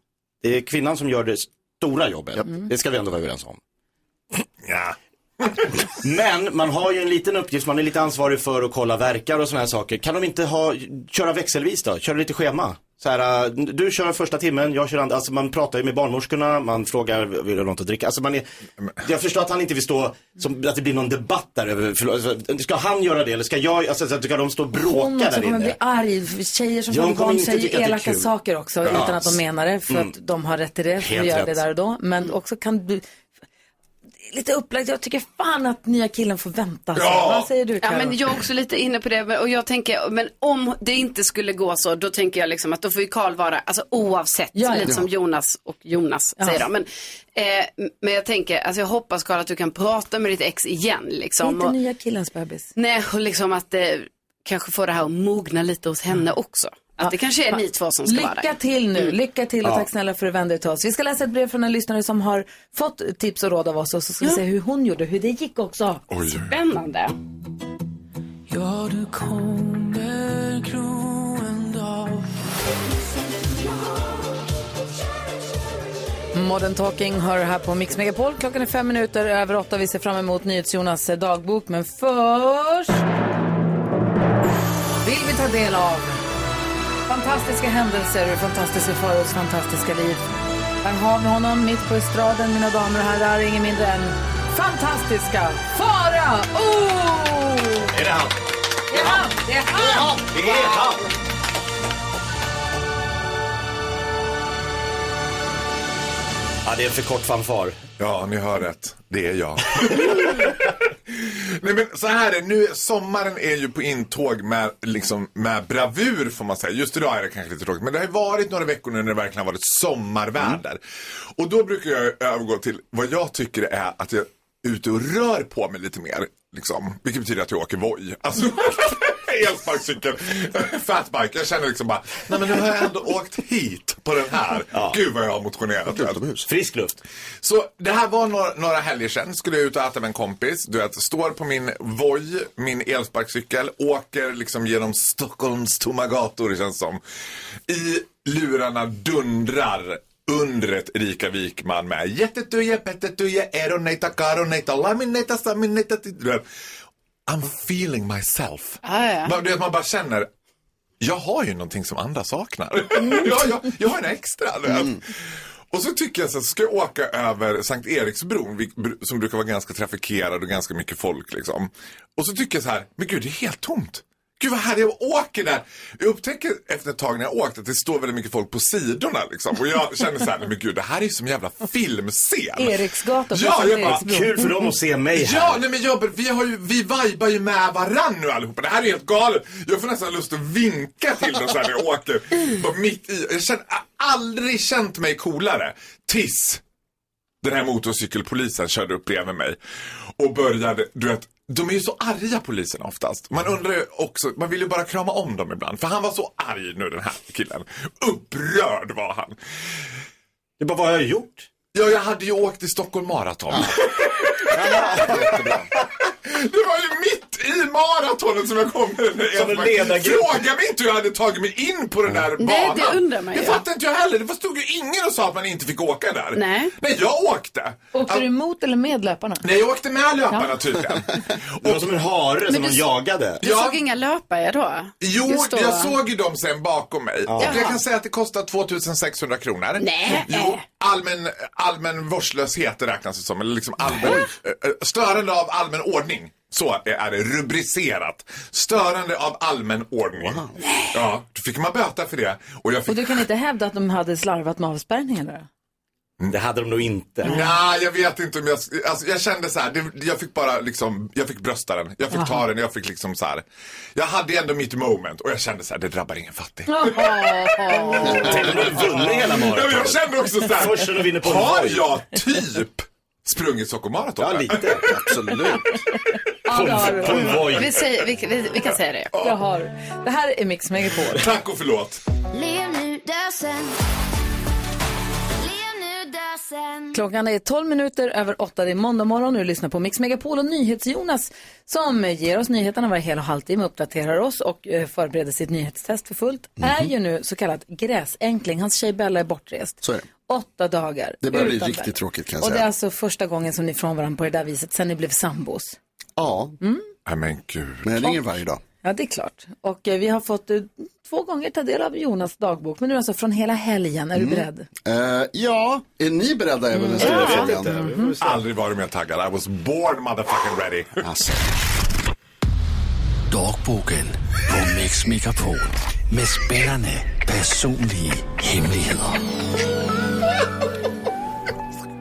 Det är kvinnan som gör det stora jobbet. Det ska vi ändå vara överens om. Ja. Men man har ju en liten uppgift, man är lite ansvarig för att kolla verkar och sådana här saker. Kan de inte ha, köra växelvis då? Köra lite schema? Så här, äh, du kör första timmen, jag kör andra. Alltså man pratar ju med barnmorskorna, man frågar, vill du ha något att dricka? Alltså man är, jag förstår att han inte vill stå, som, att det blir någon debatt där över, förlåt, alltså, ska han göra det eller ska jag, alltså så- ska de stå och bråka
Hon
där
också
inne?
kommer bli arg. Tjejer som
Ja,
får
hon kommer
barn
inte
säger
tycka att
ju
det är
elaka
kul.
saker också
Ja.
utan att de menar det för
Mm.
att de har rätt till det. För
Helt
att göra det
rätt. Mm.
där och då. Men också kan bli lite upplagt. Jag tycker fan att nya killen får vänta. Vad säger du
Ja,
Karo?
men jag är också lite inne på det men- och jag tänker, men om det inte skulle gå så, då tänker jag liksom att då får ju Karl vara, alltså oavsett,
Ja, ja.
lite som
Ja.
Jonas och Jonas
Ja.
säger de. Men, eh, men jag tänker, alltså jag hoppas Karl att du kan prata med ditt ex igen liksom.
Inte
och,
nya killens bebis.
Nej, och liksom att eh, kanske få det här att mogna lite hos henne också. Att det kanske är ni två som ska
Mm. Lycka
vara där. Mm.
till nu, lycka till och
Ja.
tack snälla för att du vände dig till oss. Vi ska läsa ett brev från en lyssnare som har fått tips och råd av oss och så ska vi se hur hon gjorde, hur det gick också.
Spännande.
Ja, du kommer gro en dag
Modern Talking hör här på Mix Megapol. Klockan är fem minuter över åtta. Vi ser fram emot NyhetsJonas eh, dagbok. Men först vill vi ta del av fantastiska händelser, ur fantastiska förorts fantastiska liv. Här har vi honom mitt på estraden, mina damer och herrar. Ingen mindre än fantastiska Farao!
Är det han?
Det är han! Det är han!
Det är han! Ja, det är en för kort fanfar.
Ja, ni hör rätt. Det är jag. Nej men så här är det. nu, sommaren är ju på intåg med, liksom, med bravur får man säga. Just idag är det kanske lite tråkigt men det har ju varit några veckor nu när det verkligen har varit sommarväder. Och då brukar jag övergå till vad jag tycker är att jag är ute och rör på mig lite mer. Liksom. Vilket betyder att jag åker Voi. Alltså, elsparkcykel, fatbike. Jag känner liksom bara, nej men nu har jag ändå åkt hit på den här. Gud vad jag har motionerat. Utomhus.
Frisk luft.
Så det här var några, några helger sedan. Skulle jag ut och äta med en kompis. Du vet, står på min Voi, min elsparkcykel. Åker liksom genom Stockholms tomma gator det känns som. I lurarna dundrar undret Rika Wikman med jättetuja, pettetuja, eroneita, karoneita, lamineta, samineta. Du vet, I'm feeling myself. Man, du vet, man bara känner, jag har ju någonting som andra saknar. jag, jag, jag har en extra. du vet. Och så tycker jag så här, så ska jag åka över Sankt Eriksbron vil- br- som brukar vara ganska trafikerad och ganska mycket folk liksom. Och så tycker jag så här, men gud det är helt tomt. Gud vad härligt, jag åker där. Jag upptäcker efter ett tag när jag åkt att det står väldigt mycket folk på sidorna liksom. Och jag känner så här, men gud det här är ju som en jävla filmscen.
Eriksgatan.
Ja,
precis,
jag bara,
Eriksbron.
Ja, nej, men jag, bara, vi, har ju, vi vibar ju med varann nu allihopa. Det här är helt galet. Jag får nästan lust att vinka till dem så här när jag åker. Bara mitt i. Jag känner, har aldrig känt mig coolare. Tills den här motorcykelpolisen körde upp bredvid mig. Och började, du vet, de är ju så arga polisen oftast. Man undrar ju också, man vill ju bara krama om dem ibland. För han var så arg nu den här killen. Upprörd var han.
Det bara, vad har jag gjort?
Ja, jag hade ju åkt i Stockholm Marathon. Det var ju mitt i maratonet som jag kom med den här
Som en
elspark-
ledargrupp.
Fråga mig inte hur jag hade tagit mig in på den där
Nej,
banan.
det undrar man ju.
Det fattar inte jag heller. Det stod ju ingen och sa att man inte fick åka där.
Nej.
Nej, jag åkte.
Åkte du emot eller med löparna?
Nej, jag åkte med löparna tydligen. Det var
som en hare
Men du- Du såg inga löpare då?
Jo,
Just då,
jag
va?
såg ju dem sen bakom mig. Och jag kan säga att det kostar 2600 kronor.
Nej.
Jo, allmän, allmän vårdslöshet räknas det som. Eller liksom allmän, eh, eh, störande av allmän ordning. Så är det rubricerat. Störande av allmän ordning. Ja, då fick man böta för det. Och jag
Och
fick...
du kan inte hävda att de hade slarvat med avspärrningen? eller?
Det hade de nog inte.
Nej, jag vet inte om jag... Alltså, jag kände så här, det, jag fick bara liksom, jag fick brösta den. Jag fick ta
Aha.
den, jag fick liksom så här. Jag hade ändå mitt moment och jag kände så här, det drabbar ingen fattig.
Tänk om de hade vunnit hela maratonet.
Ja, men Jag kände också så här,
Först när de vinner på en
har
boll.
jag typ sprungit Stockholmmaraton?
Ja, lite.
Absolut.
Ja, det har du.
Konvoj.
Vi, säger, vi, vi, vi kan säga det.
Jag har. Det här är Mix Megapol.
Tack och förlåt.
Lev nu, dö sen Lev nu, dö sen
Klockan är 12 minuter över 8. Det är måndag morgon och du lyssnar på Mix Megapol och NyhetsJonas som ger oss nyheterna varje hel och halvtimme, uppdaterar oss och eh, förbereder sitt nyhetstest för fullt.
Mhm.
Är ju nu så kallad gräsänkling. Hans tjej Bella är bortrest.
Så är det.
Åtta dagar.
Det börjar bli
utan
riktigt
Bella.
tråkigt, kan jag
Och
säga.
det är alltså första gången som ni är från varandra på det där viset sen ni blev sambos.
Ja.
Mm.
Nej men gud.
Men jag ringer varje dag.
Ja, Ja, det är klart. Och eh, vi har fått eh, två gånger ta del av Jonas dagbok. Men nu alltså från hela helgen. Är du beredd?
Eh, ja, är ni beredda även den stora
Mm. Jag vet
frågan?
inte.
Mm.
Aldrig varit mer taggad. I was born motherfucking ready.
Alltså.
Dogbogen på Mix Megapol med spännande personlige hemligheder.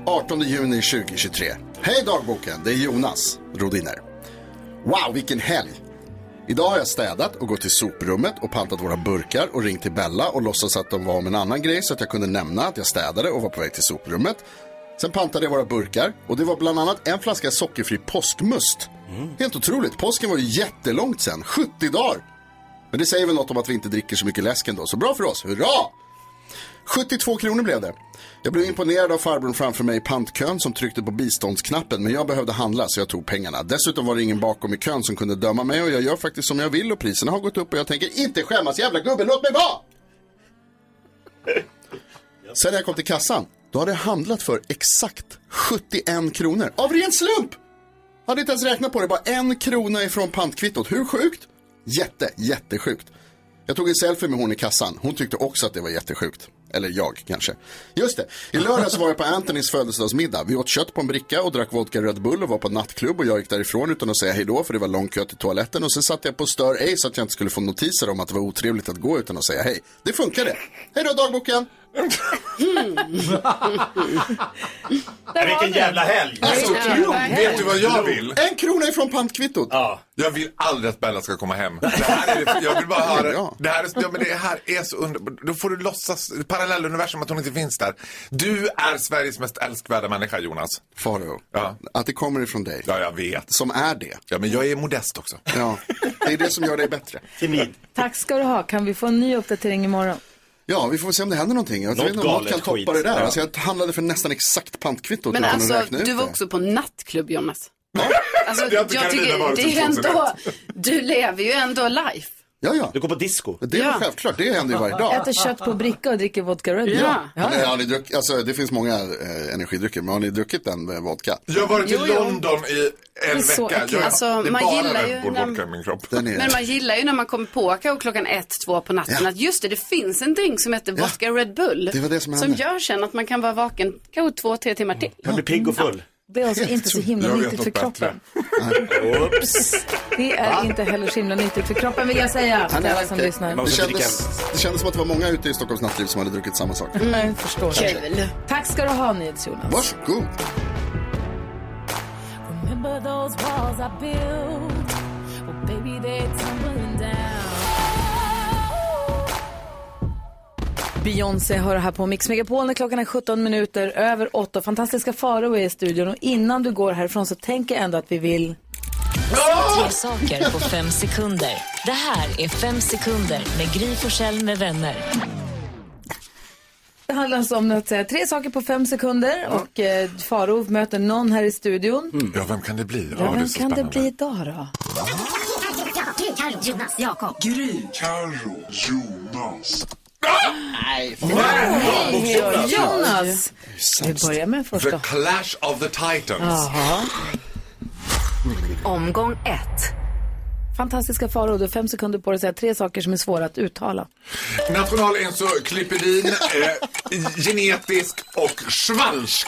18 juni 2023. Hej dagboken, det är Jonas Rodiner. Wow, vilken helg! Idag har jag städat och gått till soprummet och pantat våra burkar och ringt till Bella och låtsas att de var om en annan grej så att jag kunde nämna att jag städade och var på väg till soprummet. Sen pantade jag våra burkar och det var bland annat en flaska sockerfri påskmust. Helt otroligt, påsken var ju jättelångt sen, 70 dagar! Men det säger väl något om att vi inte dricker så mycket läsk ändå, så bra för oss, hurra! 72 kronor blev det. Jag blev imponerad av farbrorn framför mig i pantkön som tryckte på biståndsknappen men jag behövde handla så jag tog pengarna. Dessutom var det ingen bakom i kön som kunde döma mig och jag gör faktiskt som jag vill och priserna har gått upp och jag tänker inte skämmas jävla gubbe, låt mig vara! Sen när jag kom till kassan, då hade jag handlat för exakt 71 kronor. Av ren slump! Hade inte ens räknat på det, bara en krona ifrån pantkvittot. Hur sjukt? Jätte, jättesjukt. Jag tog en selfie med hon i kassan. Hon tyckte också att det var jättesjukt. Eller jag kanske. Just det, i lördags var jag på Antonys födelsedagsmiddag. Vi åt kött på en bricka och drack vodka Red Bull och var på nattklubb och jag gick därifrån utan att säga hejdå för det var lång kö till toaletten och sen satt jag på Stör Ej så att jag inte skulle få notiser om att det var otrevligt att gå utan att säga hej. Det funkade. Hej då dagboken!
Mm.
Vilken jävla helg!
Alltså,
Vet du vad jag vill?
En krona ifrån pantkvittot.
Ja. Jag vill aldrig att Bella ska komma hem. Det här är, jag vill bara höra. Det här, är, ja, men det här är så underbart. Då får du låtsas parallelluniversum att hon inte finns där. Du är Sveriges mest älskvärda människa, Jonas.
Faro, att det kommer ifrån dig.
Ja, jag vet.
Som är det.
Ja, men jag är modest också.
Ja, det är det som gör dig bättre.
Timid.
Tack ska du ha. Kan vi få en ny uppdatering imorgon?
Ja, vi får se om det händer någonting. Jag
Något
vet inte om något
galet
kan toppa
skit.
det där.
Ja.
Alltså, jag handlade för nästan exakt pantkvittot.
Men
utan att
alltså,
räkna ut
du var
det.
också på nattklubb, Jonas. Alltså,
Det har
jag
inte Carolina
tycker,
varit
det
sedan
är ändå,
2001.
du lever ju ändå life.
Ja, ja.
Du går på disco.
Det är väl självklart, det händer ju varje dag.
Äter kött på bricka och dricker vodka Red Bull.
Har ni, har ni druck, alltså, det finns många eh, energidrycker, men har ni druckit den eh, vodka?
Jag har varit i
Jo, jo.
London i
Det är
en
så
vecka.
äckligt.
Jag,
Alltså,
det är
man
bara
gillar ju
Red Bull
när-
vodka i min kropp.
Men man gillar ju när man kommer på kanske klockan ett, två på natten att just det, det finns en drink som heter vodka Red Bull.
Det var det som
som
hände.
gör sen att man kan vara vaken kanske två, tre timmar till.
Man blir pigg och full.
Det är alltså inte så himla nyttigt för kroppen.
Oops.
Det är
Va?
inte heller så himla nyttigt för kroppen vill jag säga till alla som lyssnar.
det, kändes, det kändes som att det var många ute i Stockholms nattliv som hade druckit samma sak.
Mm, jag förstår.
Kul.
Tack ska du ha, NyhetsJonas.
Varsågod.
Remember those walls I built? Well, baby, they're tumbling down.
Beyoncé hör här på Mix Megapol när klockan är 17 minuter över 8. Fantastiska Farao är i studion och innan du går härifrån så tänker jag ändå att vi vill...
Ah!
Tre saker på fem sekunder. Det här är Fem sekunder med Gry Forssell med vänner.
Det handlar alltså om att säga tre saker på fem sekunder och eh, Farao möter någon här i studion.
Mm. Ja, vem kan det bli?
Ja,
det är
vem
så
kan det
spännande.
bli idag då?
Carro, Jonas, Jakob.
Gry, Carro, Jonas.
Nej,
Nej, Jonas.
Jonas! Vi börjar med
The
första.
Clash of the Titans.
Jaha. Omgång ett. Fantastiska Farao, du har fem sekunder på dig att säga tre saker som är svåra att uttala.
Nationalencyklopedin, eh, genetisk och schwalsk.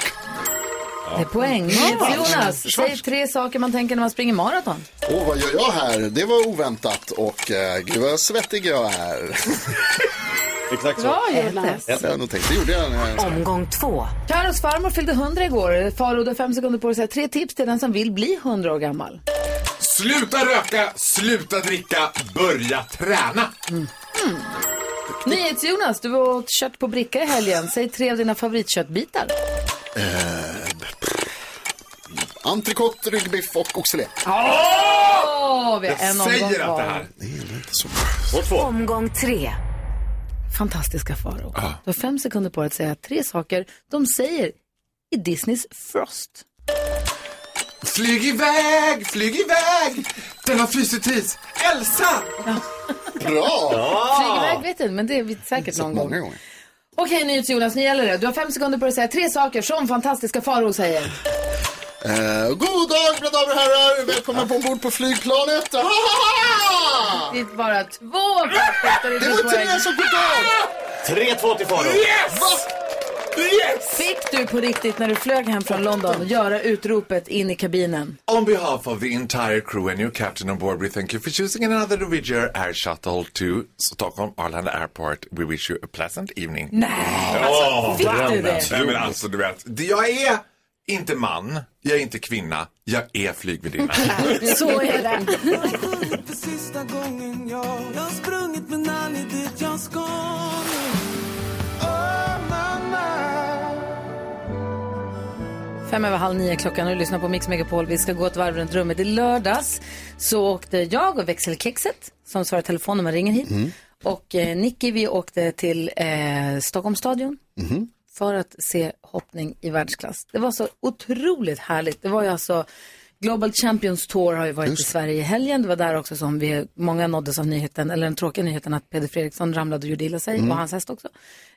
Det är poäng.
Ja.
Jonas, säg tre saker man tänker när man springer maraton.
Åh, vad gör jag här? Det var oväntat och eh, gud vad svettig jag är.
Exakt
så. Bra, Jonas.
Det hade jag nog tänkt. Det gjorde jag. när jag-
Omgång två.
Carros farmor fyllde 100 igår. Farao, du har fem sekunder på dig att säga tre tips till den som vill bli 100 år gammal.
Sluta röka, sluta dricka, börja träna.
Mm. NyhetsJonas, du åt kött på bricka i helgen. Säg tre av dina favoritköttbitar.
Eh, Entrecote, ryggbiff och oxfilé.
Åh, vi har en omgång kvar.
Och två.
Omgång tre.
Fantastiska Farao. Du har fem sekunder på dig att säga tre saker de säger i Disneys Frost.
Flyg iväg, flyg iväg. Den har frusit is. Elsa!
Bra!
Flyg iväg vet jag men det är vi säkert någon gång.
Många gånger.
Okej, NyhetsJonas, nu gäller det. Du har fem sekunder på dig att säga tre saker som fantastiska Farao säger.
Eh, god dag mina damer och herrar! Välkomna på ombord på flygplanet!
Det är bara två papper.
Det var Therese
som tog av!
3-2 till Faro.
Yes!
Fick du på riktigt när du flög hem från London göra utropet in i kabinen?
On behalf of the entire crew and your captain on board, we thank you for choosing another Norwegian air shuttle to Stockholm Arlanda Airport. We wish you a pleasant evening.
Nej!
Alltså, fick du det?
Nej, men alltså, du vet, jag är inte man, jag är inte kvinna, jag är flygvärdinna.
Så är det. För sista gången jag, jag har sprungit men aldrig dit jag ska nu. Oh, mamma.
Fem över halv nio klockan och du lyssnar på Mix Megapol. Vi ska gå ett varv runt rummet. I lördags så åkte jag och växelkexet, som svarar telefon när man ringer hit, och eh, Nicky, vi åkte till eh, Stockholmsstadion för att se hoppning i världsklass. Det var så otroligt härligt. Det var ju alltså Global Champions Tour har ju varit i Sverige i helgen. Det var där också som vi, många nåddes av nyheten, eller den tråkiga nyheten att Peder Fredriksson ramlade och gjorde illa sig,
Mm.
och hans häst också.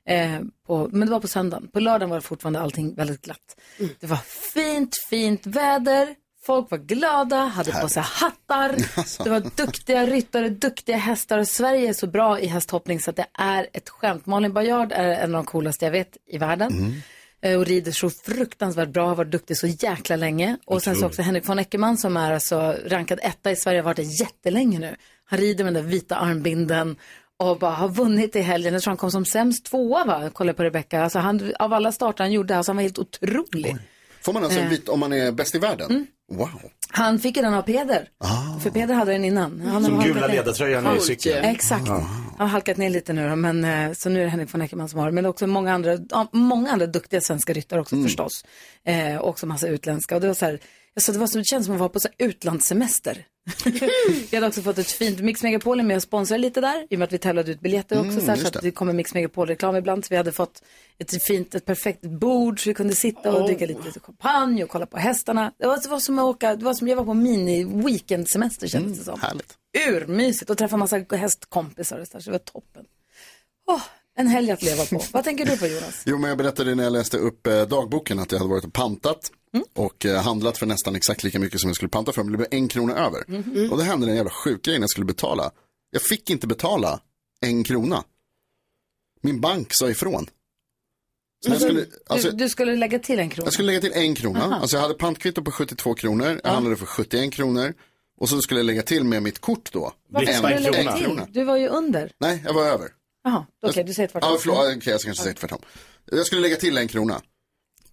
Eh, på, men det var på söndagen. På lördagen var det fortfarande allting väldigt glatt.
Mm.
Det var fint, fint väder. Folk var glada, hade på sig hattar. Det var duktiga ryttare, duktiga hästar. Och Sverige är så bra i hästhoppning så att det är ett skämt. Malin Baryard är en av de coolaste jag vet i världen.
Mm.
Eh, Och rider så fruktansvärt bra, har varit duktig så jäkla länge. Och sen så
Otroligt.
också Henrik von Eckermann som är alltså rankad etta i Sverige, har varit det jättelänge nu. Han rider med den där vita armbinden och bara har vunnit i helgen. Jag tror han kom som sämst tvåa va, kolla på Rebecca. Alltså han, av alla starter han gjorde, alltså han var helt otrolig.
Får man alltså en
Eh. Mm.
bit om man är bäst i världen? Wow.
Han fick ju den av Peder. För Peder hade den innan. Han
Som
har
gula
halkat ner.
ledartröjan i cykeln.
Exakt.
Ah.
Han har halkat ner lite nu då, men eh, så nu är det Henrik von Eckermann som har det. Men det är också många andra, ja, många andra duktiga svenska ryttare också
Mm.
förstås. Eh, och också massa utländska. Och det var så här, alltså det, var som, det känns som att vara på så här utlandssemester. vi hade också fått ett fint Mix Megapol är med och sponsrar lite där. I och med att vi tävlade ut biljetter också.
Mm,
så här, så
just
att
det.
det kommer Mix Megapol-reklam ibland. Så vi hade fått ett fint, ett perfekt bord så vi kunde sitta och
Oh.
dricka lite champagne och kolla på hästarna. Det var, det var som att åka, det var som jag var på mini-weekendsemester kändes
Mm,
det som. Härligt. Urmysigt och träffa massa hästkompisar och så, där, så det var toppen. Åh, en helg att leva på. Vad tänker du på Jonas?
Jo, men jag berättade när jag läste upp eh, dagboken att jag hade varit och pantat
Mm.
och eh, handlat för nästan exakt lika mycket som jag skulle panta för. Men det blev en krona över.
Mm-hmm.
Och det hände den jävla sjuka grejen jag skulle betala. Jag fick inte betala en krona. Min bank sa ifrån. Så när jag skulle, alltså,
du, du skulle lägga till en krona?
jag skulle lägga till en krona.
Mm-hmm. Aha.
Alltså jag hade pantkvitto på 72 kronor. Jag handlade för 71 kronor. Och så skulle jag lägga till med mitt kort då.
Varför skulle du lägga till? Du var ju under.
Nej, jag var över.
Jaha, okej, du säger tvärtom.
Ja, förlåt, okej, jag ska kanske säga tvärtom. Jag skulle lägga till en krona.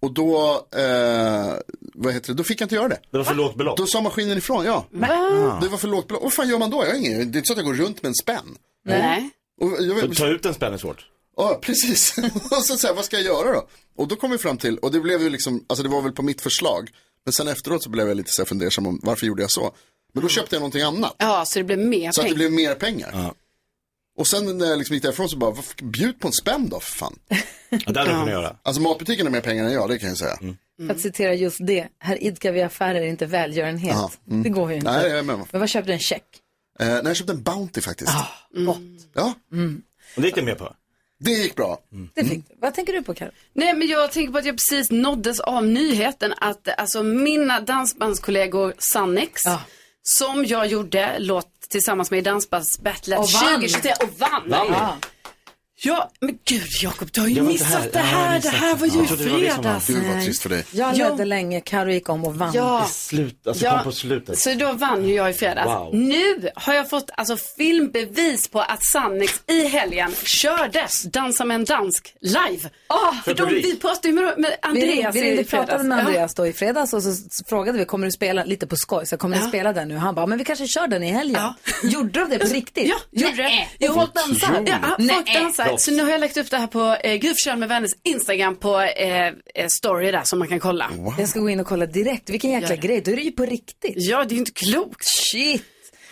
Och då, eh, vad heter det, då fick jag inte göra det.
Det var för lågt belopp.
Då sa maskinen ifrån, ja. Ah.
Va?
Det var för lågt belopp. Vad fan gör man då? Jag har ingen, det är inte så att jag går runt med en spänn.
Nej.
Och jag, vet-
Ta ut en spänn är svårt.
Ja, precis. och så, så här, vad ska jag göra då? Och då kom vi fram till, och det blev ju liksom, alltså det var väl på mitt förslag. Men sen efteråt så blev jag lite så här fundersam om varför gjorde jag så? Men då köpte jag någonting annat.
Ja, så det blev mer
Så att det
pengar.
blev mer pengar. Och sen när jag liksom gick därifrån så bara, "Vad f- bjud på en spänn då för fan.
Ja, det hade du kunnat göra. Mm.
Alltså matbutiken har mer pengar än jag, det kan jag säga.
För att citera just det, här idkar vi affärer, inte välgörenhet.
Aha, mm.
Det går ju inte.
Nej, jag är med.
Men vad köpte du, en check?
Eh, nej, jag köpte en Bounty faktiskt.
Ah. Gott.
Mm.
Mm.
Ja.
Och det gick jag med på.
Det gick bra.
Det fick du. Vad tänker du på Karo?
Nej, men jag tänker på att jag precis nåddes av nyheten att eh, alltså, mina dansbandskollegor Sannex, som jag gjorde låt tillsammans med i Dansbandsbattlet
Och vann.
2023 och vann.
Vann ni?
Ja. Ja, men gud Jakob, du har ju
Jag var inte här.
missat det
Ja, jag har
här. Det
missat
här
det.
var ju
Jag
i
trodde det var vi som vann.
fredags.
Gud, vad trist för dig.
Jag
Ja.
ledde länge, Karo gick om och vann.
Ja. I
slut,
Alltså,
Ja. Så då vann ju jag i fredags.
Wow.
Nu har jag fått alltså, filmbevis på att Sannex i helgen kördes Dansa med en dansk live. för
För
de,
publik.
vi pratade ju med, med Andreas
Ah. vi, vi ringde
i
och
fredags.
pratade med
Ja.
Andreas då i fredags och så s- frågade vi, kommer du spela lite på skoj? Så kommer du spela den nu? Han bara, men vi kanske kör den i helgen. Gjorde de det på riktigt?
Ja, gjorde det. Jo,
folk dansar.
Ja, folk
Nej.
dansar. Så nu har jag lagt upp det här på eh, Gry Forssell med vänners Instagram på eh, eh, story där som man kan kolla.
Jag ska gå in och kolla direkt. Vilken jäkla grej. Då är det ju på riktigt.
Ja, det är ju inte klokt.
Shit.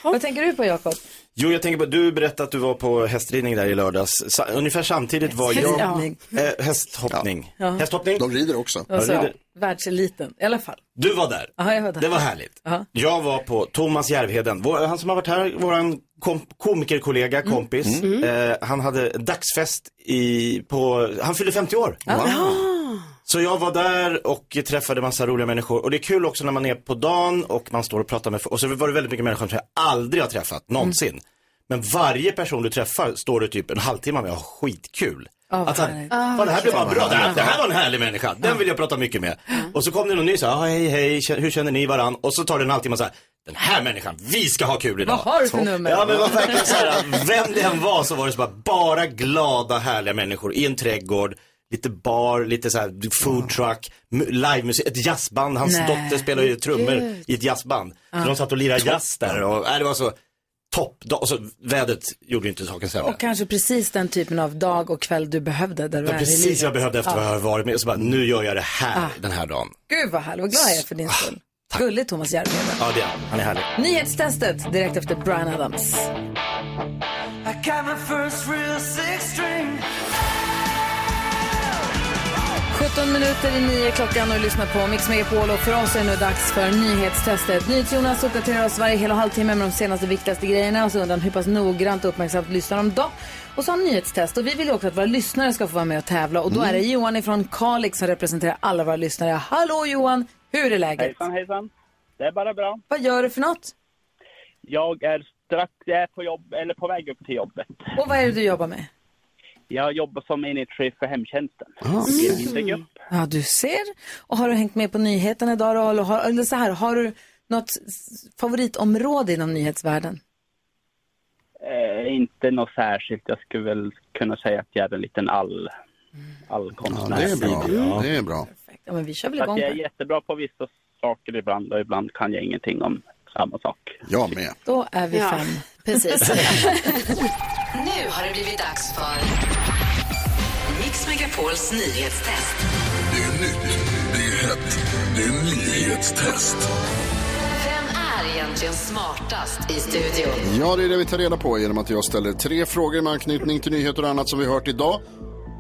Vad tänker du på Jakob?
Jo, jag tänker på, du berättade att du var på hästridning där i lördags. Sa, ungefär samtidigt var jag...
Hästridning.
Eh, hästhoppning.
Ja.
Hästhoppning?
De rider också.
Ja,
Alltså,
rider.
världseliten, i alla fall.
Du var där.
Aha, jag var där.
Det var härligt.
Ja.
Jag var på Thomas Järvheden, vår, han som har varit här, våran kom, komikerkollega,
Mm.
kompis. Eh, han hade dagsfest i, på, han fyllde 50 år. Så jag var där och träffade massa roliga människor och det är kul också när man är på dagen och man står och pratar med, och så var det väldigt mycket människor som jag aldrig har träffat, någonsin. Men varje person du träffar står du typ en halvtimme med och har skitkul.
Ja, vad
Alltså,
att han,
härligt.
"Fan, det här blev bara bra, det här, det här var en härlig människa, den vill jag prata mycket med. Och så kom det någon ny så här, "Ah, hej hej, kä- hur känner ni varann? Och så tar det en halvtimme så här, den här människan, vi ska ha kul idag.
Vad har du för nummer?
Ja men vad verkligen så här, vem det än var så var det så bara, bara glada härliga människor i en trädgård, lite bar, lite så här food truck, mu- livemusik, ett jazzband, hans
Nej,
dotter spelar ju trummor
gud.
i ett jazzband.
Ja.
Så de satt och lirade jazz där och, nej, det var så topp, och så vädret gjorde ju inte saken sämre.
Och kanske precis den typen av dag och kväll du behövde där du
Det
är
var
i
precis
livet. Ah.
vad jag behövde efter
Ja.
vad jag har varit med. Så bara, nu gör jag det här den här dagen.
Gud vad härligt, vad glad jag är för
Ah,
din skull. Gulligt Thomas Järvheden.
Ja, det är han. Han är härlig.
Nyhetstestet direkt efter Brian Adams.
I got my first real six string.
17 minuter i nio klockan och lyssnar på Mix Megapol och för oss är det nu dags för nyhetstestet. NyhetsJonas uppdaterar oss varje hel och halvtimme med de senaste viktigaste grejerna och så undrar han hur pass noggrant och uppmärksamt lyssnar de då? Och så har han nyhetstest och vi vill ju också att våra lyssnare ska få vara med och tävla och då är det Johan ifrån Kalix som representerar alla våra lyssnare. Hallå Johan, hur är läget?
Hejsan, hejsan. Det är bara bra.
Vad gör du för något?
Jag är strax jag är på jobb, eller på väg upp till jobbet.
Och vad är det du jobbar med?
Jag jobbar som minichef för hemtjänsten.
Ah,
I en liten grupp.
Ja, du ser. Och har du hängt med på nyheterna idag då? Eller har, eller så här, har du något s- favoritområde inom nyhetsvärlden?
Eh, inte något särskilt. Jag skulle väl kunna säga att jag är en liten all, allkonstnär.
det är bra.
Ja.
Det är bra.
Ja, men vi kör väl
Så att
igång.
jag är
här.
jättebra på vissa saker ibland och ibland kan jag ingenting om samma sak.
Jag med.
Då är vi fem.
Precis.
Nu har det blivit dags för Mix Megapols nyhetstest.
Det är nytt, det är hett, det är nyhetstest.
Vem är egentligen smartast i studion?
Ja, det är det vi tar reda på genom att jag ställer tre frågor med anknytning till nyheter och annat som vi hört idag.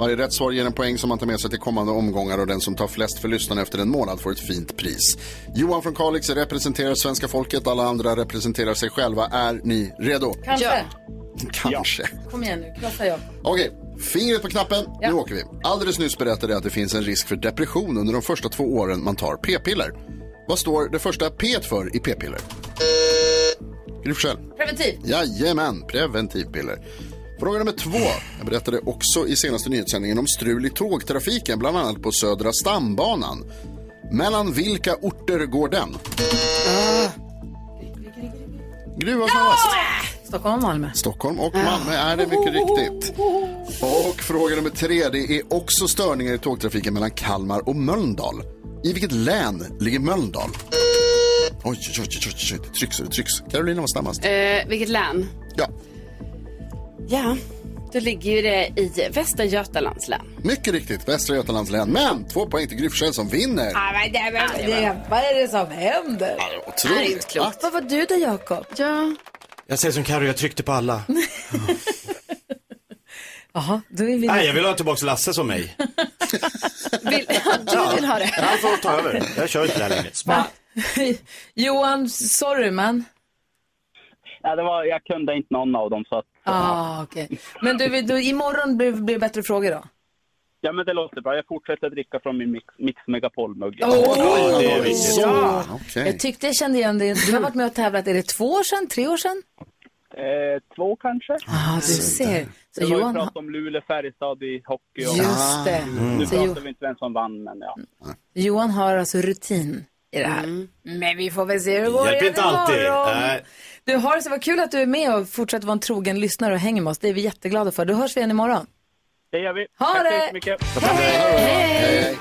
Varje rätt svar ger en poäng som man tar med sig till kommande omgångar och den som tar flest för lyssnarna efter en månad får ett fint pris. Johan från Kalix representerar svenska folket, alla andra representerar sig själva. Är ni redo?
Kanske.
Kanske.
Kom igen nu, krossa jag.
Okej, fingret på knappen. Nu åker vi. Alldeles nyss berättade jag att det finns en risk för depression under de första två åren man tar p-piller. Vad står det första p för i p-piller? Gry Forssell.
Preventiv.
Jajamän, preventivpiller. Fråga nummer två. Jag berättade också i senaste nyhetssändningen om strul i tågtrafiken, bland annat på Södra stambanan. Mellan vilka orter går den? Gry var snabbast.
Stockholm och Malmö.
Stockholm och Malmö är det mycket riktigt. Och fråga nummer tre, det är också störningar i tågtrafiken mellan Kalmar och Mölndal. I vilket län ligger Mölndal? Oj, oj, oj, oj, oj, det trycks, det trycks. Carolina var snabbast.
Eh, vilket län?
Ja.
Ja, då ligger ju det i Västra Götalands län.
Mycket riktigt, Västra Götalands län. Men två poäng till Gry Forssell som vinner.
Ah, Det, vad är det som händer?
otroligt, Det här är inte klokt. va?
Vad var du då, Jakob? Ja.
Jag säger som Carro, jag tryckte på alla.
Jaha, då är vi...
Nej, jag vill ha tillbaka Lasse som mig.
du vill ha det.
Han får ta över. Jag kör inte det här längre.
Johan, sorry man.
Ja, det var, jag kunde inte någon av dem så att,
Ah, okej. Men du, vill- du, imorgon blir blir det bättre frågor då?
ja men det låter bra. Jag fortsätter dricka från min Mix, mix Megapol-mugg.
Åh,
det är viktigt.
Ja. Jag tyckte jag kände igen dig. Du har varit med och tävlat, är det två år sedan, tre år sedan?
Eh, två kanske.
Ja, du ser. Så
det var ju
Johan,
prat om Luleå-Färjestad i hockey. Och...
Just det.
Nu
Så Jo-
pratar vi inte vem som vann, men ja.
Johan har alltså rutin i det här. Men vi får väl se hur det går
Mm. Hjälper
igen
inte alltid.
imorgon.
Nej.
Du har så vad kul att du är med och fortsätter vara en trogen lyssnare och hänger med oss. Det är vi jätteglada för. Då hörs vi igen imorgon.
Det gör vi.
Ha
Tack så
det!
jättemycket.
Hej!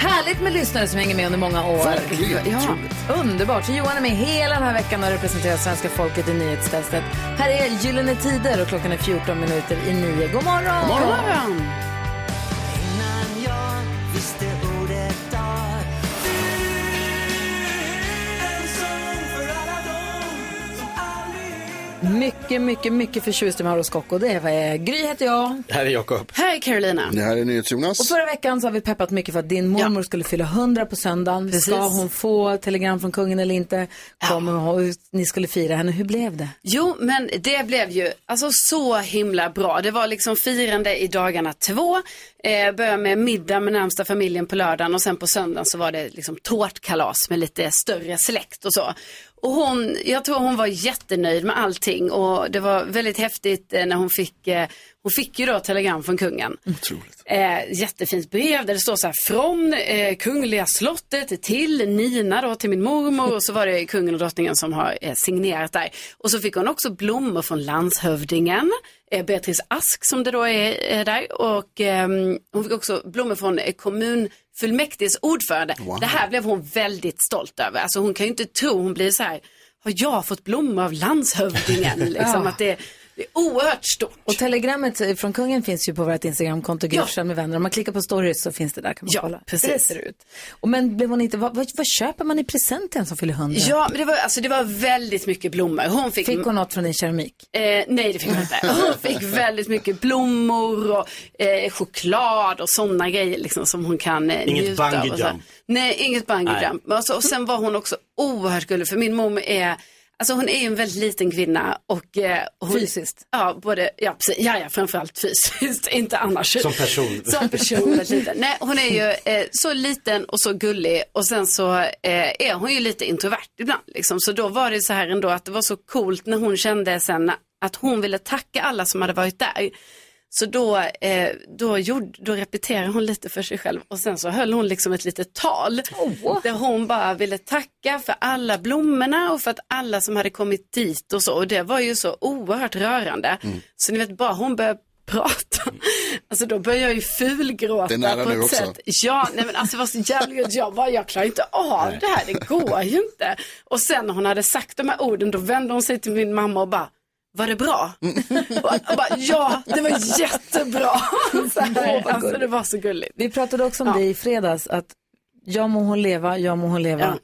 Härligt med lyssnare som hänger med under många år.
Verkligen.
Ja, underbart. Så Johan är med hela den här veckan och representerar svenska folket i nyhetstestet. Här är Gyllene Tider och klockan är 14 minuter i nio. God
God
morgon!
morgon. God
Innan jag visste ordet dag
En sång för alla dem som aldrig
Mycket, mycket, mycket förtjust i Mauro Scocco. Det är Gry heter jag.
Här är Jakob.
Här är Carolina.
Det här är NyhetsJonas.
Och förra veckan så har vi peppat mycket för att din mormor skulle fylla 100 på söndagen.
Precis.
Ska hon få telegram från kungen eller inte? Kommer hon, ni skulle fira henne. Hur blev det?
Jo, men det blev ju alltså så himla bra. Det var liksom firande i dagarna två. Eh, började med middag med närmsta familjen på lördagen och sen på söndagen så var det liksom tårtkalas med lite större släkt och så. Och hon, jag tror hon var jättenöjd med allting och det var väldigt häftigt eh, när hon fick, eh, hon fick ju då telegram från kungen. Eh, jättefint brev där det står så här från eh, Kungliga slottet till Nina då till min mormor och så var det kungen och drottningen som har eh, signerat där. Och så fick hon också blommor från landshövdingen, eh, Beatrice Ask som det då är eh, där och ehm, hon fick också blommor från eh, kommunfullmäktiges ordförande.
Wow.
Det här blev hon väldigt stolt över. Alltså hon kan ju inte tro, hon blir så här, har jag fått blommor av landshövdingen? liksom,
Ja.
att det, det är oerhört stort.
Och telegrammet från kungen finns ju på vårt Instagramkonto,
Ja.
Gryfsjön med vänner. Om man klickar på stories så finns det där, kan man
Ja,
kolla.
precis.
Det ser det ut. Och men blev hon inte, vad, vad, vad köper man i present till en som fyller 100?
Ja, men det var, alltså, det var väldigt mycket blommor. Hon fick,
Fick hon något från din keramik?
Eh, nej, det fick hon inte. Hon fick väldigt mycket blommor och eh, choklad och sådana grejer liksom, som hon kan eh,
Inget
njuta av. och
bungee
så här.
jump.
Nej, inget
Nej.
bungee jump. Men Alltså, och sen var hon också oerhört gullig, för min mom är Alltså hon är ju en väldigt liten kvinna och... Eh, hon, fysiskt? Ja, både, ja, precis, ja, ja, framförallt fysiskt, inte annars.
Som person.
Som person väldigt liten. Nej, hon är ju eh, så liten och så gullig och sen så eh, är hon ju lite introvert ibland. Liksom. Så då var det så här ändå att det var så coolt när hon kände sen att hon ville tacka alla som hade varit där. Så då, eh, då, gjorde, då repeterade hon lite för sig själv och sen så höll hon liksom ett litet tal. Där hon bara ville tacka för alla blommorna och för att alla som hade kommit dit och så. Och det var ju så oerhört rörande. Så ni vet bara hon började prata. Alltså då började jag ju fulgråta
Det är nära
på
nu
ett
också.
sätt. Ja, nej men alltså det var så jävla gött. Jag bara, jag klarar inte av det här, det går ju inte. Och sen när hon hade sagt de här orden, då vände hon sig till min mamma och bara, var det bra? Och jag bara, ja, det var jättebra. Så här, alltså det var så gulligt.
Vi pratade också om
Ja.
det i fredags, att jag må hon leva, jag må hon leva.
Ja.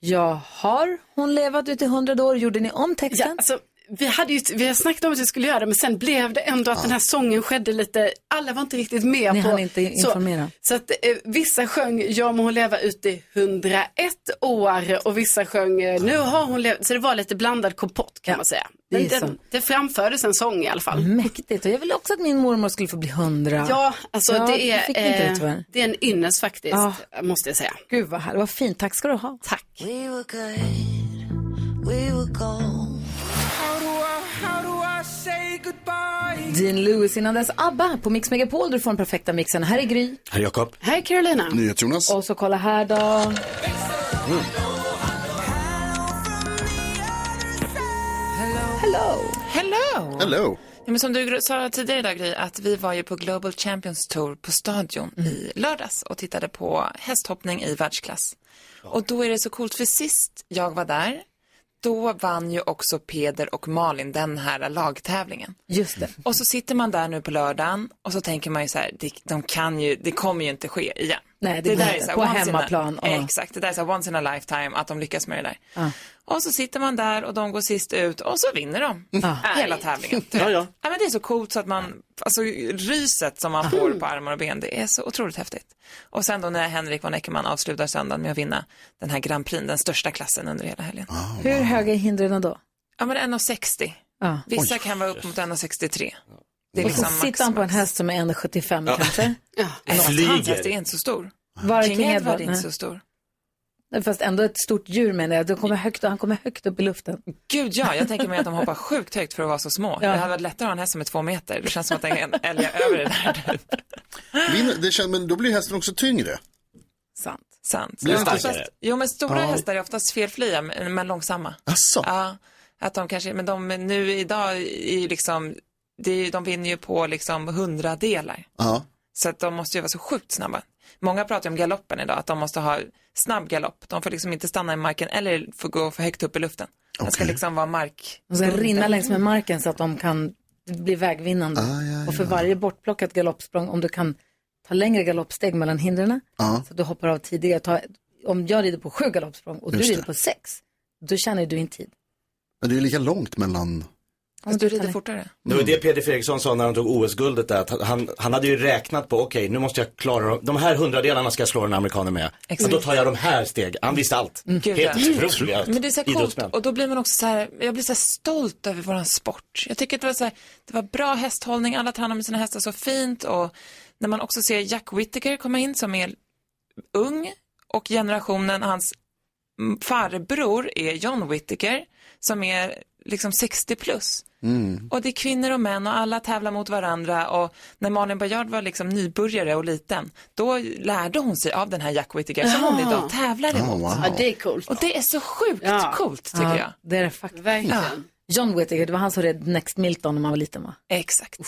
Jag har hon levat ut i 100 år, gjorde ni om texten?
Ja, alltså, vi, hade ju, vi har snackat om att vi skulle göra det, men sen blev det ändå att den här sången skedde lite, alla var inte riktigt med
Ni
på.
hann inte
Så,
informera.
så att eh, vissa sjöng Ja må hon leva ut i 101 år och vissa sjöng eh, Nu har hon levt, så det var lite blandad kompott kan man säga.
det
Men
är så.
det, det framfördes en sång i alla fall.
Mäktigt, och jag ville också att min mormor skulle få bli 100.
Ja, alltså
Ja,
det, är,
jag fick inte det,
eh,
tyvärr.
det är en ynnest faktiskt,
Ja.
måste jag säga.
Gud vad härligt, vad fint. Tack ska du ha.
Tack.
We were good, we were gold.
How do I, how do I say goodbye?
Dean Lewis innan dess ABBA på Mix Megapol. Du får den perfekta mixen. Här är Gry.
Här är Jakob.
Här är Carolina.
NyhetsJonas.
Och så kolla här då.
Mm.
Hello!
Hello!
Hello.
Ja, men som du sa tidigare idag, Gry, att vi var ju på Global Champions Tour på Stadion
Mm.
i lördags och tittade på hästhoppning i världsklass. Och då är det så coolt, för sist jag var där, då vann ju också Peder och Malin den här lagtävlingen.
Just det.
Och så sitter man där nu på lördagen och så tänker man ju så här, det, de kan ju, det kommer ju inte ske igen.
Nej, det går inte. På
once in a-
hemmaplan, ja.
Exakt, det där är så här once in a lifetime att de lyckas med det där.
Ja.
Och så sitter man där och de går sist ut och så vinner de
Ja.
hela tävlingen.
Ja, ja.
men det är så coolt så att man, alltså ryset som man
Mm.
får på armar och ben, det är så otroligt häftigt. Och sen då när Henrik von Eckermann avslutar söndagen med att vinna den här Grand Prix, den största klassen under hela helgen.
Hur höga är hindren då?
Ja men 1,60.
Ja.
Vissa kan vara upp mot 1,63. Det är
Och så
liksom
sitter han på en häst som är 1,75
Ja.
kanske.
max.
Flyger.
Hans häst är inte så stor.
Varken
King Edward
Edward,
är inte
nej.
så stor.
Nej, Fast ändå ett stort djur menar jag. De kommer högt, han kommer högt upp i luften.
Gud ja, jag tänker mig att de hoppar sjukt högt för att vara så små.
Ja.
Det hade varit lättare att ha en häst som är två meter. Det känns som att den kan älga över det där.
Vinner- Det känns, men då blir hästen också tyngre.
Sant.
Sant.
Blir den
Ja,
starkare?
fast- Jo, men stora
Ja.
hästar är oftast felfria, men men långsamma.
Asså?
Ja, att de kanske, men de nu idag är ju liksom, det är, ju- de vinner ju på liksom hundradelar.
Ja.
Så att de måste ju vara så sjukt snabba. Många pratar ju om galoppen idag, att de måste ha snabb galopp. De får liksom inte stanna i marken eller få gå för högt upp i luften. De ska liksom vara mark...
De ska rinna längs med marken så att de kan bli vägvinnande.
Ah,
Och för varje bortplockat galoppsprång, om du kan ta längre galoppsteg mellan hindren,
Ja.
så att du hoppar av tidigare. Ta, om jag rider på sju galoppsprång och du
Just
rider
det.
på sex, då tjänar ju du in tid.
Men det är lika långt mellan
Om Alltså, du rider fortare.
Det var ju det Peder Fredriksson sa när han tog OS-guldet där, att han, han hade ju räknat på, okej nu måste jag klara de, de här hundradelarna ska jag slå den amerikanen med.
Exakt. Mm.
Och då tar jag de här steg. Han visste allt.
Gud,
Mm. Helt
ja.
otroligt.
Men det är så här coolt
Idrottsmän.
och då blir man också så här, jag blir så här stolt över våran sport. Jag tycker att det var så här, det var bra hästhållning, alla tar hand om sina hästar så fint och när man också ser Jack Whittaker komma in som är ung och generationen, hans mm, farbror är John Whittaker som är liksom 60 plus.
Mm.
Och det är kvinnor och män och alla tävlar mot varandra och när Malin Baryard var liksom nybörjare och liten, då lärde hon sig av den här Jack Whittaker som hon
Ja.
idag tävlar emot.
Ja, det är coolt.
Och det är så sjukt coolt tycker
Ja,
jag.
Det är det faktiskt. John Whittaker, det var han som red Next Milton när man var liten va?
Exakt.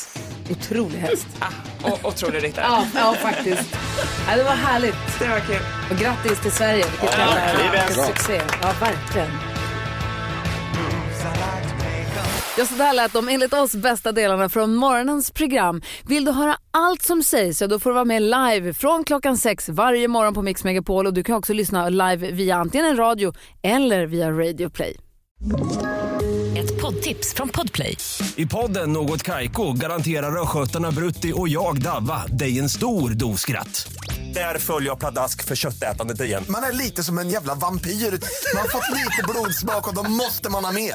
Ah.
Otrolig häst.
Och otrolig riktare.
Ja, ja faktiskt. Ja, det var härligt.
Det var kul.
Och grattis till Sverige, vilket
Ja,
jävla-
livet.
vilken
Bra.
succé. Ja, verkligen. Ja, så där lät de enligt oss bästa delarna från morgonens program. Vill du höra allt som sägs så då får du vara med live från klockan sex varje morgon på Mix Megapol och du kan också lyssna live via antingen en radio eller via Radio Play.
Ett poddtips från Podplay.
I podden Något Kaiko garanterar östgötarna Brutti och jag, Davva, dig en stor dos skratt. Där följer jag pladask för köttätandet igen.
Man är lite som en jävla vampyr. Man har fått lite blodsmak och då måste man ha mer.